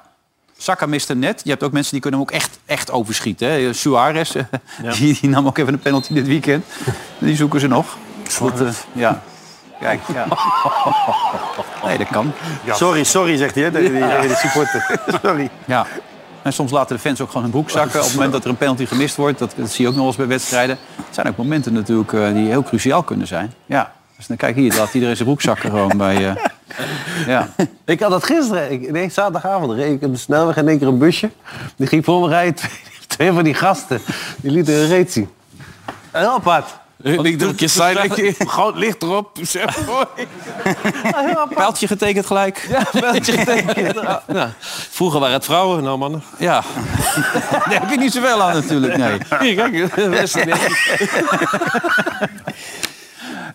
Speaker 2: Saka mist hem net. Je hebt ook mensen die kunnen hem ook echt, echt overschieten. Hè. Suarez, eh, die, die nam ook even een penalty dit weekend. Die zoeken ze nog. Goed, eh, ja. Kijk, ja. Nee, dat kan.
Speaker 4: Sorry, sorry, zegt hij hè, tegen die, tegen die supporter. sorry.
Speaker 2: Ja. En soms laten de fans ook gewoon hun broek zakken. Op het moment dat er een penalty gemist wordt. Dat, dat zie je ook nog wel eens bij wedstrijden. Het zijn ook momenten natuurlijk eh, die heel cruciaal kunnen zijn. Ja. Dus dan kijk hier, laat iedereen zijn broek zakken gewoon bij... eh, ja.
Speaker 3: Ik had dat gisteren, ik, nee, zaterdagavond reed ik op de snelweg in één keer een busje. Die ging voor me rijden, twee, twee van die gasten. Die lieten een reet zien. Heel apart. Ik doe een keer
Speaker 2: Groot licht erop. Pijltje getekend gelijk.
Speaker 3: Ja, pijltje getekend. Ja. Vroeger waren het vrouwen, nou mannen.
Speaker 2: Ja. Daar heb je niet zoveel aan natuurlijk, nee.
Speaker 3: Hier, kijk, dat is het niet.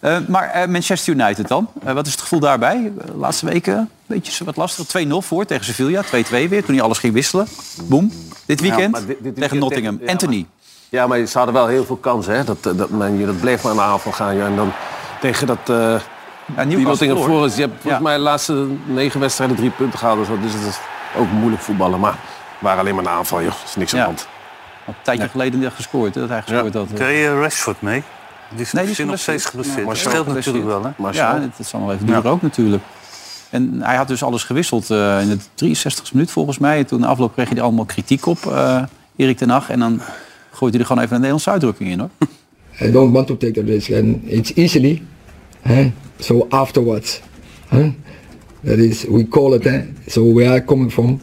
Speaker 2: Eh, maar eh, Manchester United dan? Eh, wat is het gevoel daarbij? Eh, laatste weken een beetje zo wat lastig. 2-0 voor tegen Sevilla. 2-2 weer, toen hij alles ging wisselen. Boom. Dit
Speaker 3: Ja,
Speaker 2: weekend
Speaker 3: maar dit- dit
Speaker 2: tegen
Speaker 3: weekend
Speaker 2: Nottingham.
Speaker 3: tegen- ja,
Speaker 2: Anthony.
Speaker 3: Ja, maar ze hadden wel heel veel kansen. Hè? Dat, eh, dat, man, dat bleef maar aan de aanval gaan. Ja. En dan tegen dat... eh die Nottingham
Speaker 2: verloor.
Speaker 3: Forest. Je hebt volgens mij de laatste negen wedstrijden drie punten gehaald. Dus dat is, dat is ook moeilijk voetballen. Maar het waren alleen maar een aanval, joh. Er is niks aan de hand.
Speaker 2: Een tijdje geleden gescoord, hè, dat hij gescoord had. eh.
Speaker 5: Kun je eh, Rashford mee? Die is,
Speaker 2: Nee, die
Speaker 5: nog
Speaker 2: is
Speaker 5: steeds- nog steeds geblesseerd. dat scheelt natuurlijk wel, hè?
Speaker 2: Ja, het zal nog even duren ook natuurlijk. En hij had dus alles gewisseld eh, in de 63 e minuut volgens mij. En toen de afloop kreeg hij er allemaal kritiek op, eh, Erik ten Hag. En dan gooit hij er gewoon even een Nederlandse uitdrukking in, hoor.
Speaker 1: I don't want to take the risk and it's easily eh, so afterwards eh, that is we call it eh, so where I coming from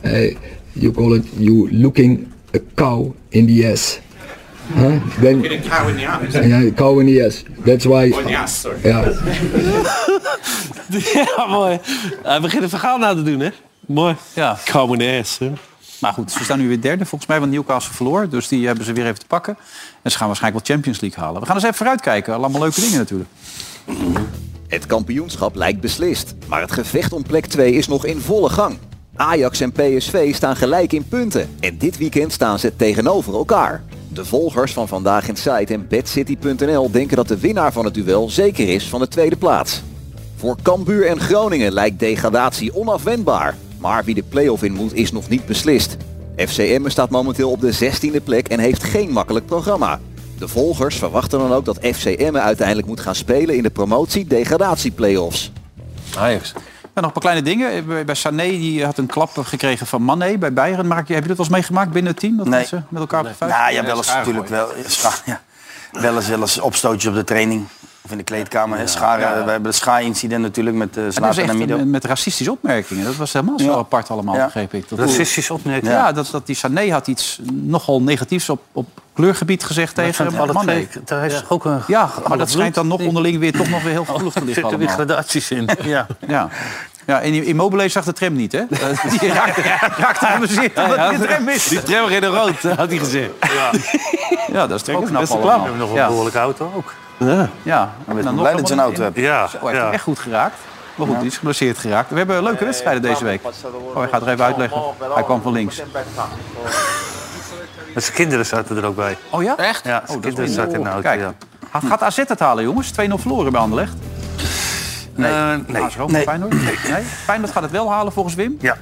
Speaker 1: eh, you call it you looking a cow in the ass huh? then
Speaker 20: Get a cow in the ass.
Speaker 1: yeah a cow in the ass that's why
Speaker 20: Oh, in the ass, sorry.
Speaker 1: yeah
Speaker 3: Ja, mooi. Hij begint een verhaal na te doen, hè? Mooi.
Speaker 2: Ja.
Speaker 3: Common ass, hè?
Speaker 2: Maar goed, ze staan nu weer derde volgens mij, want Newcastle verloor. Dus die hebben ze weer even te pakken. En ze gaan waarschijnlijk wel Champions League halen. We gaan eens even vooruitkijken. Allemaal leuke dingen natuurlijk.
Speaker 6: Het kampioenschap lijkt beslist, maar het gevecht om plek 2 is nog in volle gang. Ajax en PSV staan gelijk in punten en dit weekend staan ze tegenover elkaar. De volgers van Vandaag in Site en BadCity.nl denken dat de winnaar van het duel zeker is van de tweede plaats. Voor Cambuur en Groningen lijkt degradatie onafwendbaar, maar wie de play-off in moet is nog niet beslist. FCM staat momenteel op de 16e plek en heeft geen makkelijk programma. De volgers verwachten dan ook dat FCM uiteindelijk moet gaan spelen in de promotie-degradatie-playoffs.
Speaker 3: Ajax.
Speaker 2: En nog een paar kleine dingen. Eh, Bij- Bij Sané die had een klap gekregen van Mané bij Bayern. Maak je, heb je dat wel eens meegemaakt binnen het team? Dat
Speaker 4: Nee.
Speaker 2: mensen met elkaar op de vuist?
Speaker 4: Nou ja, wel eens natuurlijk wel. ja, Wel eens, wel eens opstootjes op de training. Of in de kleedkamer. hè, schaar,
Speaker 2: Ja.
Speaker 4: We hebben het schaar-incident natuurlijk met eh
Speaker 2: En dat is
Speaker 4: Zlatan en
Speaker 2: echt
Speaker 4: Mido.
Speaker 2: een- met racistische opmerkingen. Dat was helemaal zo apart allemaal,
Speaker 4: Ja.
Speaker 2: begreep ik. Dat
Speaker 4: Racistische
Speaker 2: opmerkingen? Ja, dat, dat die Sané had iets nogal negatiefs op, op kleurgebied gezegd tegen
Speaker 5: zijn
Speaker 2: hem.
Speaker 5: alle
Speaker 2: Man,
Speaker 5: twee.
Speaker 2: nee.
Speaker 5: Daar is ook een...
Speaker 2: Ja, maar
Speaker 5: alle
Speaker 2: dat schijnt dan nog
Speaker 5: bloed.
Speaker 2: onderling weer toch nog weer heel gevoelig te
Speaker 5: Er
Speaker 2: liggen
Speaker 5: zitten weer
Speaker 2: allemaal.
Speaker 5: gradaties in. Ja.
Speaker 2: Ja. Ja, en Immobile zag de tram niet, hè? Die raakte, raakte aan de zin omdat hij de tram miste.
Speaker 3: Die tram in de rood, had hij gezegd.
Speaker 2: Ja, ja dat is toch ook knap
Speaker 5: beste
Speaker 2: allemaal.
Speaker 5: We hebben nog een
Speaker 2: Ja.
Speaker 5: behoorlijke auto ook.
Speaker 3: Ja.
Speaker 2: Ja,
Speaker 4: ben
Speaker 2: dan
Speaker 4: blij
Speaker 2: nog
Speaker 4: dat je
Speaker 2: een
Speaker 4: een auto
Speaker 2: in.
Speaker 4: hebt.
Speaker 5: Ja,
Speaker 2: Zo, hij heeft
Speaker 5: ja.
Speaker 2: hem echt goed geraakt. Maar goed, die is geblesseerd geraakt. We hebben leuke wedstrijden deze week. Oh, hij gaat er even uitleggen. Hij kwam van links.
Speaker 5: En zijn kinderen zaten er ook bij.
Speaker 2: Oh ja? Echt?
Speaker 5: Ja,
Speaker 2: oh,
Speaker 5: zijn
Speaker 2: dat is
Speaker 5: kinderen zaten in de
Speaker 2: minder.
Speaker 5: auto.
Speaker 2: Kijk,
Speaker 5: Ja.
Speaker 2: gaat- gaat AZ het halen, jongens? 2-0 verloren bij Anderlecht.
Speaker 5: Nee. nee.
Speaker 2: AS Roma, Feyenoord? Nee. Feyenoord gaat het wel halen volgens Wim?
Speaker 5: Ja.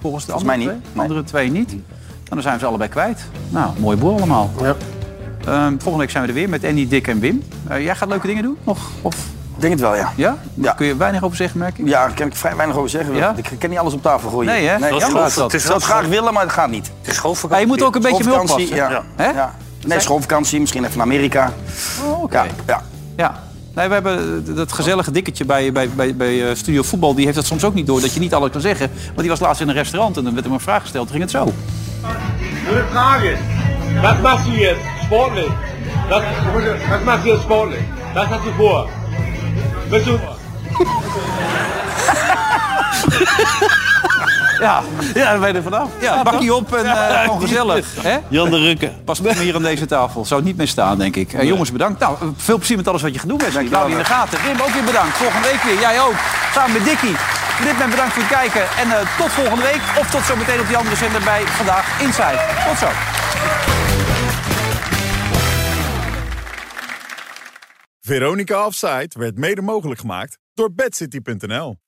Speaker 2: Volgens de
Speaker 4: Volgens
Speaker 2: andere
Speaker 4: mij
Speaker 2: twee? Andere twee niet. En dan zijn we ze allebei kwijt. Nou, mooi boel allemaal. Ehm, volgende week zijn we er weer met Andy, Dick en Wim. Eh, jij gaat leuke dingen doen? Nog? Of?
Speaker 4: Ik denk het wel, ja.
Speaker 2: Ja? Daar kun je weinig over zeggen, merk ik.
Speaker 4: Ja, daar kan ik vrij weinig over zeggen.
Speaker 2: Ja?
Speaker 4: Ik kan niet alles op tafel gooien.
Speaker 2: Nee, hè? Dat is
Speaker 4: jammer
Speaker 2: goed.
Speaker 4: dat.
Speaker 2: Het is
Speaker 4: Ik zou het
Speaker 2: wel
Speaker 4: graag willen, maar het gaat niet.
Speaker 5: Het is schoolvakantie.
Speaker 2: Maar je moet ook een beetje mee
Speaker 4: Schoolvakantie,
Speaker 2: oppassen.
Speaker 4: Ja.
Speaker 2: Hè?
Speaker 4: Ja. Nee, schoolvakantie, misschien even naar Amerika.
Speaker 2: Oh, oké.
Speaker 4: Ja, ja.
Speaker 2: Ja. Nee, we hebben eh, dat gezellige dikketje bij, bij, bij, bij eh, Studio Voetbal. Die heeft dat soms ook niet door, dat je niet alles kan zeggen. Want die was laatst in een restaurant en dan werd hem een vraag gesteld. Toen ging het zo.
Speaker 7: Nur eine Frage. Was machst du jetzt? Sportlich. Was, was machst du jetzt sportlich? Was hast du vor? Willst du...
Speaker 2: Ja, ja dan ben je er vanaf. Ja, bakje op en eh,
Speaker 7: Ja,
Speaker 2: gewoon gezellig. Hè?
Speaker 3: Jan de Rukke.
Speaker 2: Pas niet meer hier aan deze tafel. Zou het niet meer staan, denk ik. Eh, jongens, bedankt. Nou, eh, veel plezier met alles wat je gaat doen, Wesley. Hou je in de gaten. Wim, ook weer bedankt. Volgende week weer. Jij ook. Samen met Dikkie. Voor dit moment bedankt voor het kijken. En eh, tot volgende week. Of tot zometeen op die andere zender bij Vandaag Inside. Tot zo.
Speaker 9: Veronica Offside werd mede mogelijk gemaakt door bedcity.nl.